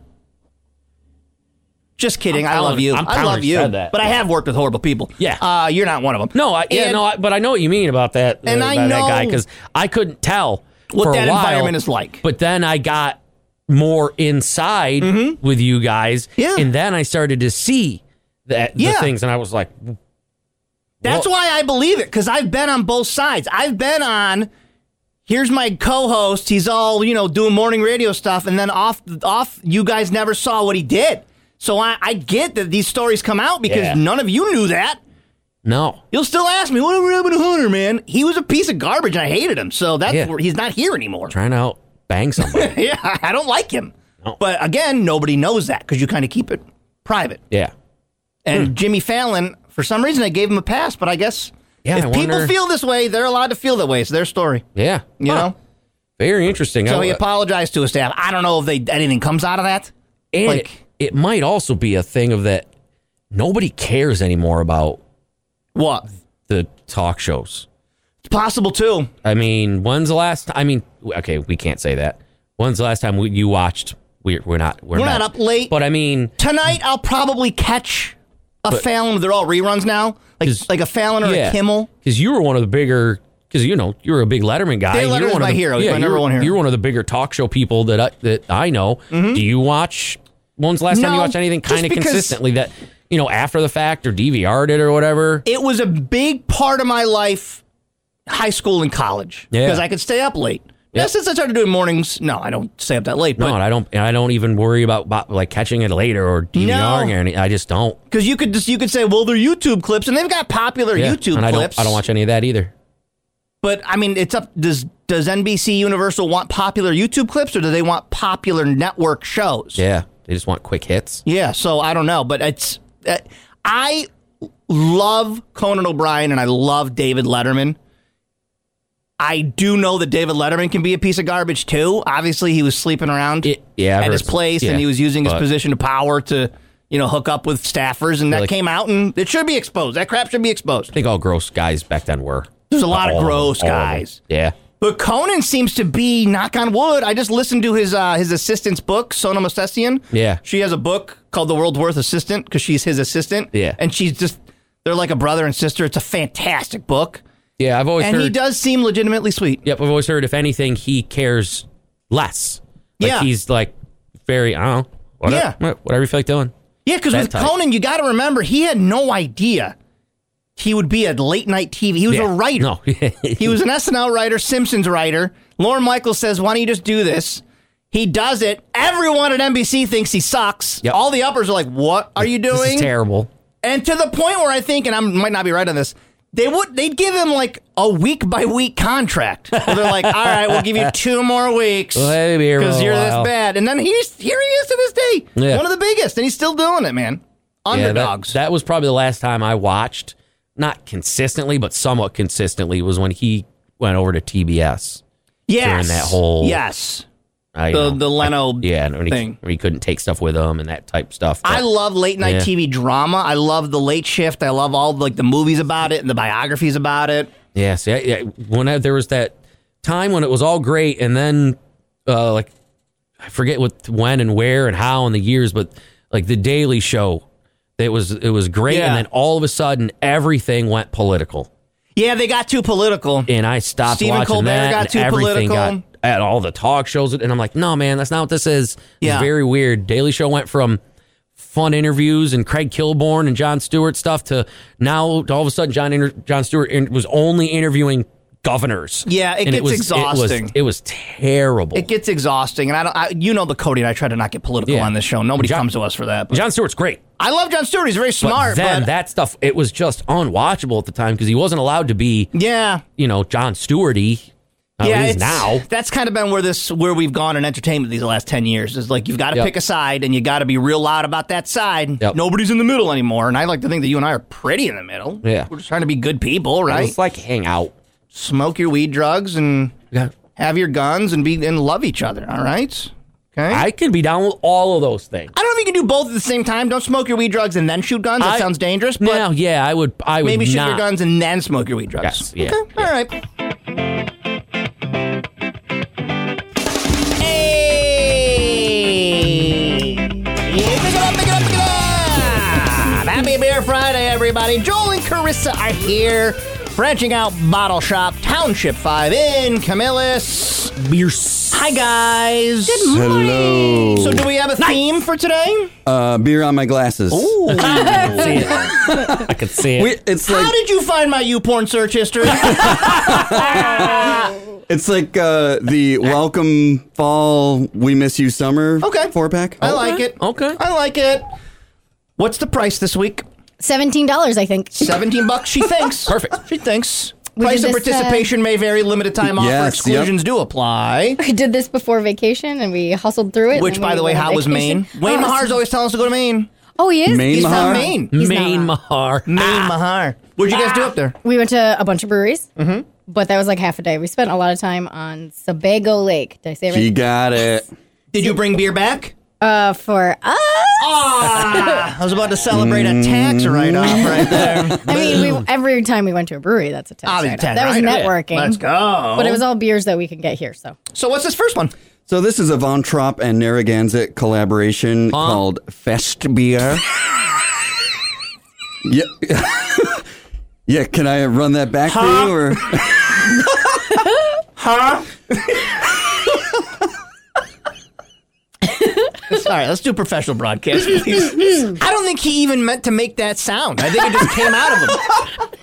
S1: Just kidding.
S2: I'm
S1: I love
S2: proud-
S1: you.
S2: I'm
S1: I
S2: proud
S1: love
S2: you
S1: you.
S2: said that.
S1: But I have worked with horrible people.
S2: Yeah.
S1: Uh, you're not one of them.
S2: No, I, yeah,
S1: And-
S2: no, I, but I know what you mean about that.
S1: And
S2: uh,
S1: I
S2: about
S1: know-
S2: that guy because I couldn't tell
S1: What
S2: for a
S1: that
S2: while,
S1: environment is like.
S2: But then I got more inside with you guys,
S1: Mm-hmm. Yeah.
S2: and then I started to see that the
S1: Yeah.
S2: things, and I was like,
S1: That's
S2: Well-
S1: why I believe it because I've been on both sides. I've been on. Here's my co-host. He's all you know doing morning radio stuff, and then off off. You guys never saw what he did, so I, I get that these stories come out because
S2: Yeah.
S1: none of you knew that.
S2: no,
S1: You'll still ask me what happened to Hunter, man. He was a piece of garbage, and I hated him. So that's
S2: Yeah.
S1: where he's not here anymore.
S2: trying to out bang somebody.
S1: yeah, I don't like him. But again, nobody knows that because you kind of keep it private.
S2: yeah,
S1: And
S2: Hmm.
S1: Jimmy Fallon, for some reason, I gave him a pass, but I guess
S2: Yeah,
S1: if
S2: I
S1: people
S2: wonder-
S1: feel this way, they're allowed to feel that way. It's their story,
S2: yeah,
S1: you
S2: Huh.
S1: know.
S2: very interesting.
S1: So
S2: I-
S1: he apologized to his staff. I don't know if they anything comes out of that.
S2: And
S1: like
S2: it, it might also be a thing of that nobody cares anymore about
S1: what?
S2: the talk shows.
S1: It's possible too.
S2: I mean, when's the last? I mean, okay, we can't say that. When's the last time we, you watched? We're we're not we're,
S1: We're not up late.
S2: But I mean,
S1: Tonight I'll probably catch a
S2: But-
S1: Fallon. They're all reruns now, like like a Fallon or
S2: yeah,
S1: a Kimmel.
S2: because you were one of the bigger. Because you know you were a big Letterman guy.
S1: Dave
S2: You're
S1: Letterman's
S2: one of
S1: my
S2: the-
S1: hero. He's my
S2: you
S1: number
S2: were-
S1: one hero. Mm-hmm.
S2: You're one of the bigger talk show people that I, that I know. Do you watch? When's the last time you
S1: No,
S2: watched anything
S1: just
S2: kind of
S1: because-
S2: consistently that you know after the fact or DVR'd it or whatever?
S1: It was a big part of my life, high school and college,
S2: Yeah.
S1: because I could stay up late. Now, since I started doing mornings, no, I don't stay up that late.
S2: No,
S1: but
S2: and I don't. And I don't even worry about, about like catching it later or DVRing or anything. I just don't.
S1: Because you could just you could say, well, they're YouTube clips, and they've got popular
S2: Yeah,
S1: YouTube
S2: and I
S1: clips.
S2: Don't, I don't watch any of that either.
S1: But I mean, it's up. Does does NBC Universal want popular YouTube clips, or do they want popular network shows?
S2: Yeah, they just want quick hits.
S1: Yeah, so I don't know, but it's uh, I love Conan O'Brien and I love David Letterman. I do know that David Letterman can be a piece of garbage too. Obviously, he was sleeping around
S2: yeah, I've
S1: at his
S2: heard-
S1: place
S2: yeah,
S1: and he was using his
S2: but-
S1: position of power to, you know, hook up with staffers and that
S2: Like-
S1: came out and it should be exposed. That crap should be exposed.
S2: I think all gross guys back then were.
S1: There's a lot of
S2: All
S1: gross
S2: them, all them.
S1: guys.
S2: Yeah.
S1: But Conan seems to be knock on wood. I just listened to his uh, his assistant's book, Sona Mostessian.
S2: Yeah.
S1: She has a book called The World's Worth Assistant because she's his assistant.
S2: Yeah.
S1: And she's just, they're like a brother and sister. It's a fantastic book.
S2: Yeah, I've always
S1: and
S2: heard.
S1: he does seem legitimately sweet.
S2: Yep, I've always heard. If anything, he cares less. Like,
S1: Yeah.
S2: he's like very. I don't know. Whatever,
S1: Yeah.
S2: whatever you feel like doing.
S1: Yeah, because
S2: That
S1: with
S2: type.
S1: Conan, you got to remember, he had no idea he would be a late night TV. He was
S2: Yeah.
S1: a writer.
S2: No.
S1: he was an SNL writer, Simpsons writer. Lauren Michaels says, "Why don't you just do this?" He does it. Everyone at NBC thinks he sucks.
S2: Yep.
S1: All the uppers are like, "What are you doing?"
S2: This is terrible.
S1: And to the point where I think, and I might not be right on this, they would they'd give him like a week by week contract. Where they're like, "All right, we'll give you two more weeks
S2: Well, that'll be here for a
S1: you're this
S2: while."
S1: bad." And then he's here. He is to this day,
S2: Yeah.
S1: one of the biggest, and he's still doing it, man.
S2: Yeah, that-
S1: Underdogs.
S2: that, was probably the last time I watched, not consistently, but somewhat consistently, was when he went over to TBS.
S1: Yes.
S2: During that whole-
S1: Yes.
S2: I,
S1: The-
S2: know,
S1: the
S2: I-
S1: Leno
S2: yeah, and when he,
S1: thing.
S2: when he couldn't take stuff with him and that type stuff.
S1: I
S2: but-
S1: love late night
S2: Yeah.
S1: TV drama. I love the late shift. I love all like the movies about it and the biographies about it.
S2: Yeah, see, I, yeah, when I, there was that time when it was all great, and then uh, like I forget what, when, and where, and how, and the years, but like the Daily Show, it was it was great,
S1: Yeah.
S2: and then all of a sudden everything went political,
S1: Yeah, they got too political.
S2: and I stopped
S1: Stephen
S2: watching
S1: Colbert
S2: that.
S1: got
S2: and
S1: too
S2: everything
S1: political.
S2: got at all the talk shows, and I'm like, no, man, that's not what this is. It's
S1: Yeah.
S2: very weird. Daily Show went from fun interviews and Craig Kilborn and John Stewart stuff to now all of a sudden John Inter- John Stewart in- was only interviewing governors.
S1: Yeah, it
S2: And
S1: gets exhausting.
S2: It was, it was terrible.
S1: It gets exhausting, and I don't. I, you know the Cody. and I try to not get political
S2: Yeah.
S1: on this show. Nobody
S2: John-
S1: comes to us for that.
S2: John Stewart's great.
S1: I love John Stewart. He's very smart,
S2: But then
S1: but-
S2: that stuff, it was just unwatchable at the time because he wasn't allowed to be,
S1: yeah,
S2: you know, John Stewarty. Uh,
S1: yeah,
S2: yeah, he is
S1: it's-
S2: now.
S1: That's kind of been where this where we've gone in entertainment these last ten years. Is like you've got to
S2: Yep.
S1: pick a side, and you got to be real loud about that side. Nobody's in the middle anymore, and I like to think that you and I are pretty in the middle.
S2: Yeah.
S1: we're just trying to be good people, right?
S2: It's like hang out,
S1: smoke your weed, drugs, and have your guns, and be and love each other. All right. Okay.
S2: I can be down with all of those things.
S1: I don't know if you can do both at the same time. Don't smoke your weed drugs and then shoot guns. That
S2: I-
S1: sounds dangerous. But
S2: No, yeah, I would. I would
S1: maybe shoot your
S2: not.
S1: guns and then smoke your weed
S2: Yes,
S1: drugs.
S2: yeah.
S1: Okay, all right. Hey! Yeah, pick it up, pick it up, pick it up! Happy Beer Friday, everybody. Joel and Carissa are here, branching out Bottle Shop Township 5 in Camillus.
S6: Beers.
S1: Hi, guys. Good
S6: Hello.
S1: So, do we have a theme for today?
S6: Uh, beer on my glasses.
S1: Ooh.
S2: I can see it.
S6: We, it's
S1: How
S6: like
S1: did you find my YouPorn search history?
S6: it's like uh, the welcome fall. We miss you summer.
S1: Okay.
S6: Four pack.
S1: I like it. Okay. I like it. What's the price this week?
S15: Seventeen dollars, I think.
S1: 17 bucks, she thinks. Perfect. She thinks.
S15: We
S1: Price
S15: did
S1: of
S15: this, uh,
S1: participation may vary. Limited time offer
S6: Yes, yep.
S1: exclusions do apply.
S15: We did this before vacation, and we hustled through it. and
S1: Which,
S15: then
S1: by
S15: we
S1: the way,
S15: went on
S1: how was
S15: vacation.
S1: Maine? Wayne
S15: Oh,
S1: Mahar's always telling us to go to Maine.
S15: Oh, he is.
S1: He's
S15: Mahar?
S1: from Maine.
S2: Ah.
S15: He's not
S2: Maine Mahar.
S1: Maine Mahar. What'd you guys
S15: Ah.
S1: do up there?
S15: We went to a bunch of breweries, but that was like half a day. We spent a lot of time on Sebago Lake. Did I say it right?
S6: She got it.
S1: Did you bring beer back? Ah,
S15: Uh, for us.
S1: I was about to celebrate a tax write-off right there.
S15: I mean, we, every time we went to a brewery, that's a tax.
S1: Obviously,
S15: write-off.
S1: tax
S15: that was
S1: write-off.
S15: networking.
S1: Let's go.
S15: But it was all beers that we can get here. So
S1: So what's this first one?
S6: So this is a Von Trapp and Narragansett collaboration called Fest Beer. yeah. yeah. Can I run that back
S1: Huh?
S6: for you? Or?
S1: Huh? All right, let's do professional broadcast. please. I don't think he even meant to make that sound. I think it just came out of him.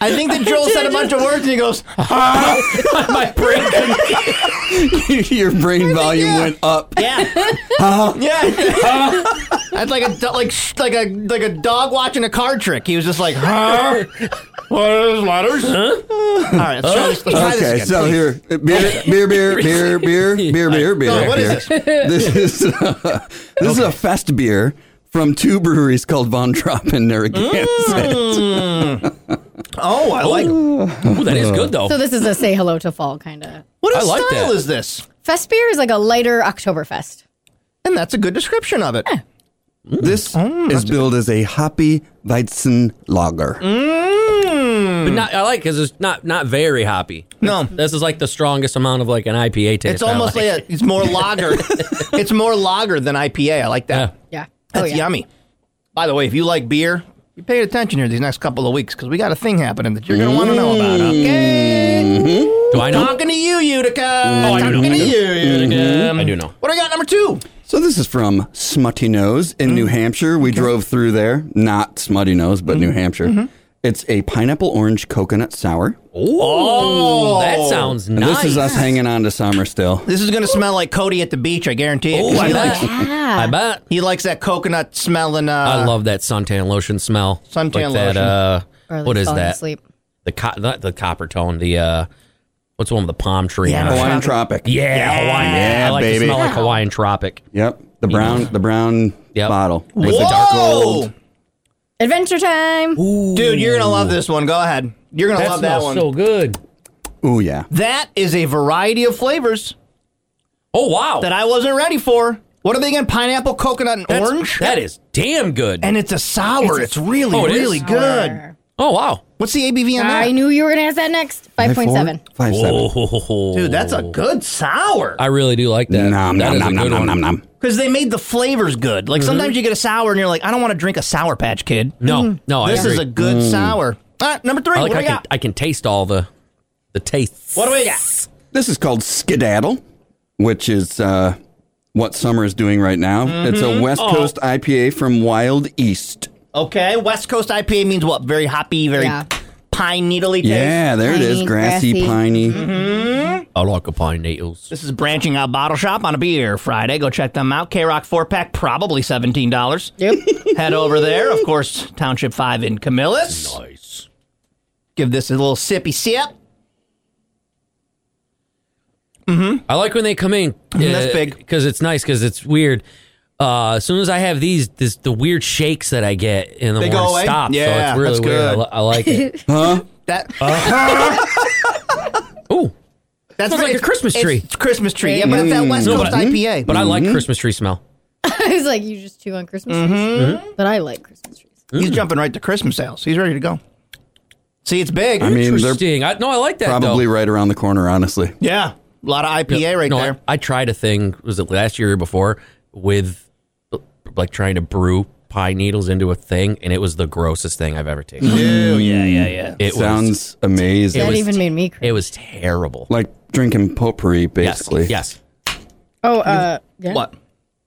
S1: I think that Joel said a bunch of words and he goes, huh? My brain
S6: Your brain volume went up.
S1: Yeah.
S6: Huh?
S1: Yeah. That's like a do- like sh- like a like a dog watching a card trick. He was just like, huh? What are those letters? All right, let's try this, let's try this
S6: okay,
S1: again.
S6: so
S1: please.
S6: here, beer, beer, beer, beer, beer, beer, beer, beer.
S1: No, what
S6: beer.
S1: is this?
S6: This is uh, this is a fest beer from two breweries called Von Trapp and Narragansett.
S1: Oh, I like.
S2: Ooh, that is good though.
S15: so this is a say hello to fall kind of.
S1: What a
S2: I like
S1: style
S2: that.
S1: is this?
S15: Fest beer is like a lighter Oktoberfest.
S1: And that's a good description of it.
S6: This is billed as a hoppy Weizen lager.
S2: But not, I like because it's not not very hoppy.
S1: No,
S2: this is like the strongest amount of like an IPA taste.
S1: It's almost like, a, it's more lager. it's more lager than IPA. I like that.
S15: Yeah.
S1: That's yummy. By the way, if you like beer, you pay attention here these next couple of weeks because we got a thing happening that you're going to want to know about. Okay.
S2: Do I know? Oh,
S1: Talking to you, Utica.
S2: I do know.
S1: Talking to you,
S6: Mm-hmm.
S1: Utica.
S2: Mhm. I do know.
S1: What do I got number two?
S6: So this is from Smutty Nose in New Hampshire. We drove through there, not Smutty Nose, but New Hampshire. It's a pineapple orange coconut sour.
S2: Oh, that sounds
S6: And
S2: nice.
S6: This is us hanging on to summer still.
S1: This is going to smell like Cody at the beach, I guarantee it. 'cause
S2: Oh, I
S1: he,
S2: bet.
S1: likes,
S2: I bet.
S1: he likes that coconut smell and uh,
S2: I love that suntan lotion smell.
S1: Suntan
S2: That,
S1: lotion.
S2: uh,
S1: Or at
S2: what
S1: least
S2: is
S1: falling
S2: that?
S1: asleep.
S2: The co- not the copper tone. The uh, what's the one with the palm tree?
S6: Yeah,
S2: on it?
S6: Hawaiian Tropic.
S2: Yeah,
S6: Yeah,
S2: Hawaiian. Yeah, I like
S6: baby.
S2: To smell like Hawaiian Tropic.
S6: Yep. The brown the brown bottle with the
S1: Whoa!
S6: dark gold.
S15: Adventure time.
S1: Dude, you're going to love this one. Go ahead. You're going to
S2: That
S1: love that
S2: smells
S1: one.
S2: so good.
S6: Ooh yeah.
S1: That is a variety of flavors.
S2: Oh wow!
S1: That I wasn't ready for. What are they again? Pineapple, coconut, and
S2: That's-
S1: orange.
S2: That is damn good.
S1: And it's a sour. It's, really,
S2: Oh, it is?
S1: really good.
S2: Oh wow!
S1: What's the ABV on that?
S15: I knew you were gonna ask that next. Five point seven.
S6: Five
S2: seven.
S1: Dude, that's
S2: Oh.
S1: a good sour.
S2: I really do like that.
S6: Nom,
S2: That
S6: nom,
S2: is a
S6: nom,
S2: good
S6: nom,
S2: one.
S6: nom, nom.
S1: Because they made the flavors good. Like sometimes you get a sour and you're like, I don't want to drink a sour patch, kid.
S2: Mm-hmm.
S1: Mm.
S2: No, no, I
S1: this is
S2: agree.
S1: a good
S2: Mm.
S1: sour. All right, number three.
S2: I like
S1: what do
S2: I
S1: we
S2: can
S1: got?
S2: I can taste all the the tastes.
S1: What do we got?
S6: This is called Skedaddle, which is uh, what summer is doing right now.
S2: Mm-hmm.
S6: It's a
S1: Mhm.
S6: West
S1: Oh.
S6: Coast IPA from Wild East.
S1: Okay, West Coast IPA means what? Very hoppy, very pine needly taste.
S7: Yeah, there it is. Grassy, piney.
S2: Mm-hmm. I like a pine needles.
S1: This is branching out bottle shop on a beer Friday. Go check them out. K Rock four pack, probably seventeen dollars. Yep. Head over there. Of course, Township Five in Camillus. Nice. Give this a little sippy sip.
S2: Mm-hmm. I like when they come in.
S1: that's big.
S2: because it's nice because it's weird. Uh, as soon as I have these, this the weird shakes that I get in the
S1: They go
S2: morning
S1: away?
S2: stop. so
S1: Yeah,
S2: it's really
S1: that's
S2: weird. I,
S1: good.
S2: li- I like it.
S7: huh?
S1: That.
S2: That's
S1: very-
S2: like a Christmas
S1: it's-
S2: tree.
S1: It's Christmas tree. Yeah, but it's that West
S2: No,
S1: Coast
S2: but I-
S1: IPA.
S2: But I like Christmas tree smell.
S4: I was like, you just chew on Christmas trees.
S1: Mhm.
S4: But I like Christmas.
S1: He's jumping right to Christmas sales. He's ready to go. See, it's big.
S7: I mean, they're
S2: I, no, I like that.
S7: probably right around the corner, honestly.
S1: Yeah, a lot of IPA right
S2: No, I-
S1: there.
S2: I, tried a thing. Was it last year or before? With like trying to brew pine needles into a thing, and it was the grossest thing I've ever tasted.
S1: Ew, yeah, yeah,
S6: Mm.
S1: yeah.
S2: It
S7: sounds
S2: was,
S7: amazing.
S4: that even made me. Crazy.
S2: It was terrible.
S7: like drinking potpourri, basically.
S2: Yes.
S4: Oh, uh, yeah.
S1: What?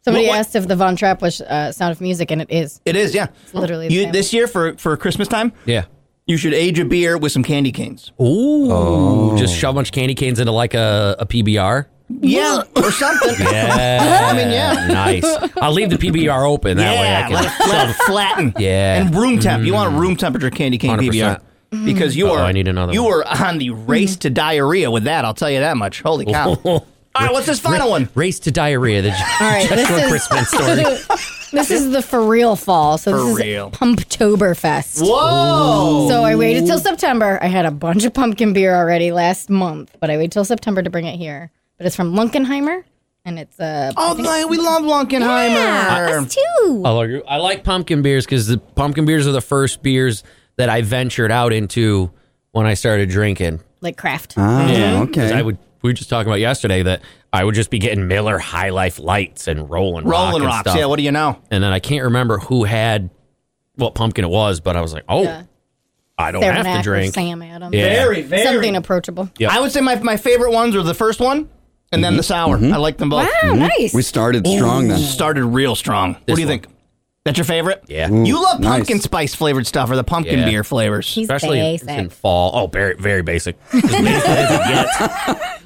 S4: Somebody
S1: What- what-
S4: asked if the Von Trapp was uh, Sound of Music, and it is.
S1: It is, yeah.
S4: It's literally the
S1: You
S4: same.
S1: this year for for Christmas time.
S2: Yeah.
S1: You should age a beer with some candy canes.
S2: Ooh.
S6: Oh.
S2: Just shove a bunch of candy canes into like a, a PBR.
S1: Yeah, or something.
S2: Yeah.
S1: I mean, yeah.
S2: Nice. I'll leave the PBR open. That way I
S1: Yeah,
S2: can.
S1: let it, let it flatten.
S2: Yeah.
S1: and room temp. You want a room temperature candy cane
S2: 100%.
S1: PBR because you
S2: Uh-oh,
S1: are
S2: I need another
S1: you
S2: one.
S1: are on the race to diarrhea with that. I'll tell you that much. Holy cow! All right, what's this final one?
S2: Race to diarrhea. The
S4: right, this
S2: Joshua
S4: is-
S2: Crispin story.
S4: This is the for real fall, so
S2: For
S4: this
S2: real.
S4: is Pumptoberfest.
S1: Whoa!
S4: So I waited till September. I had a bunch of pumpkin beer already last month, but I waited till September to bring it here. But it's from Lunkenheimer, and it's a
S1: Oh, my, we love Lunkenheimer.
S2: Uh,
S4: Yeah, us too.
S2: I like, I like pumpkin beers because the pumpkin beers are the first beers that I ventured out into when I started drinking.
S4: like craft.
S2: Yeah. 'Cause I would. We were just talking about yesterday that I would just be getting Miller High Life lights and Rolling Rock
S1: Rolling
S2: and
S1: Rocks.
S2: stuff.
S1: Yeah, what do you know?
S2: and then I can't remember who had what pumpkin it was, but I was like, oh,
S4: Yeah.
S2: I don't
S4: Saranac
S2: have to
S4: or
S2: drink.
S4: Sam Adams.
S2: Yeah.
S1: Very, very-
S4: something approachable.
S2: Yep.
S1: I would say my, my favorite ones were the first one and
S2: Mm-hmm.
S1: then the sour. I like them both.
S4: Wow, nice.
S7: We started strong then.
S1: Started real strong. what do you think? That's your favorite?
S2: Yeah.
S1: you love
S7: Mm, nice.
S1: pumpkin spice flavored stuff or the pumpkin
S2: Yeah.
S1: beer flavors.
S4: He's
S2: Especially in,
S4: basic.
S2: in fall. Oh, very, very basic.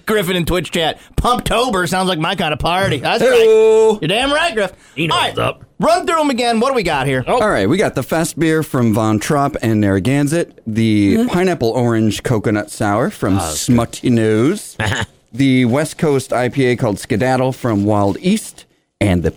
S1: Griffin in Twitch chat. Pumptober sounds like my kind of party. That's right. You're damn right, Griff. All right,
S2: up.
S1: run through them again. What do we got here?
S7: All right, we got the Fest beer from Von Trapp and Narragansett, the
S2: Mm-hmm.
S7: pineapple orange coconut sour
S2: Oh,
S7: from Smutty Nose, the West Coast IPA called Skedaddle from Wild East, and the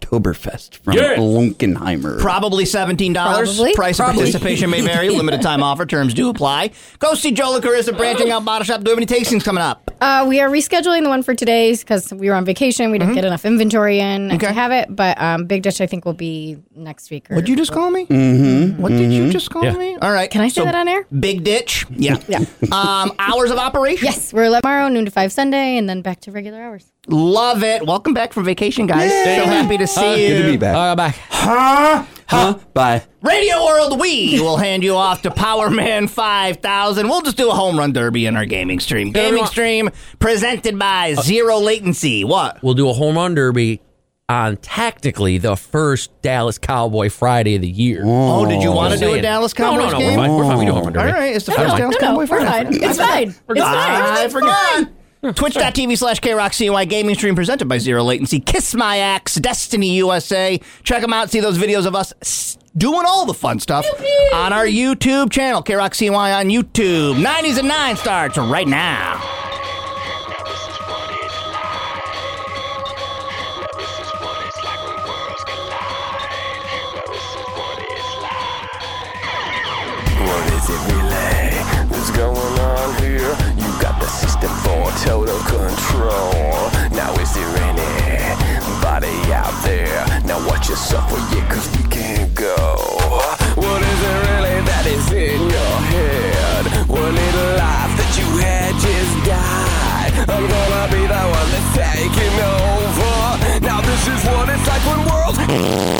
S7: Pumptoberfest from
S2: Yeah.
S7: Lunkenheimer.
S1: Probably $17.
S4: Probably.
S1: Price of
S4: Probably.
S1: participation may vary. Limited time offer. Terms do apply. Go see Joe Lacaris at Branching Out Bottle Shop. Do we have any tastings coming up?
S4: Uh, we are rescheduling the one for today's because we were on vacation. We didn't
S1: Mm-hmm.
S4: get enough inventory in to have it, but um, Big Dish I think will be next week. Or
S1: Would you just call me?
S7: Mm-hmm.
S1: What did you just call
S2: Yeah.
S1: me? All right.
S4: Can I say
S1: so
S4: that on air?
S1: Big ditch. Yeah.
S4: Yeah.
S1: um, hours of operation.
S4: Yes, we're 11 tomorrow, noon to 5 Sunday, and then back to regular hours.
S1: Love it. Welcome back from vacation, guys. So happy to see you.
S7: Good to be back.
S2: Uh, back.
S1: Huh?
S7: huh? Bye.
S1: Radio World, we will hand you off to Power Man 5000. We'll just do a home run derby in our gaming stream. Gaming
S2: Everyone-
S1: stream presented by Zero Latency. What?
S2: We'll do a home run derby on technically the first Dallas Cowboy Friday of the year.
S1: Oh, did you want to do a
S2: Saying-
S1: Dallas
S2: No,
S1: Cowboys
S2: no, no,
S1: game?
S2: We're fine. We're fine. We do a home run
S1: All
S2: derby.
S1: right, it's the
S4: No,
S1: first
S4: no,
S1: Dallas
S4: no, no,
S1: Cowboy
S4: we're fine.
S1: Friday.
S4: It's fine. It's fine.
S1: I
S4: It's
S1: forgot. Twitch.tv slash KRock CY gaming stream presented by Zero Latency. Kiss My Axe, Destiny USA. Check them out. See those videos of us s- doing all the fun stuff on our YouTube channel, KRock CY on YouTube. 90s and 9 starts right now.
S6: What is it really? What's going on here? You got the system for total control. Now is there anybody out there? Now watch yourself for you, cause we can't go. What is it really that is in your head? One little life that you had just died. I'm gonna be the one that's taking over. Now this is what it's like when worlds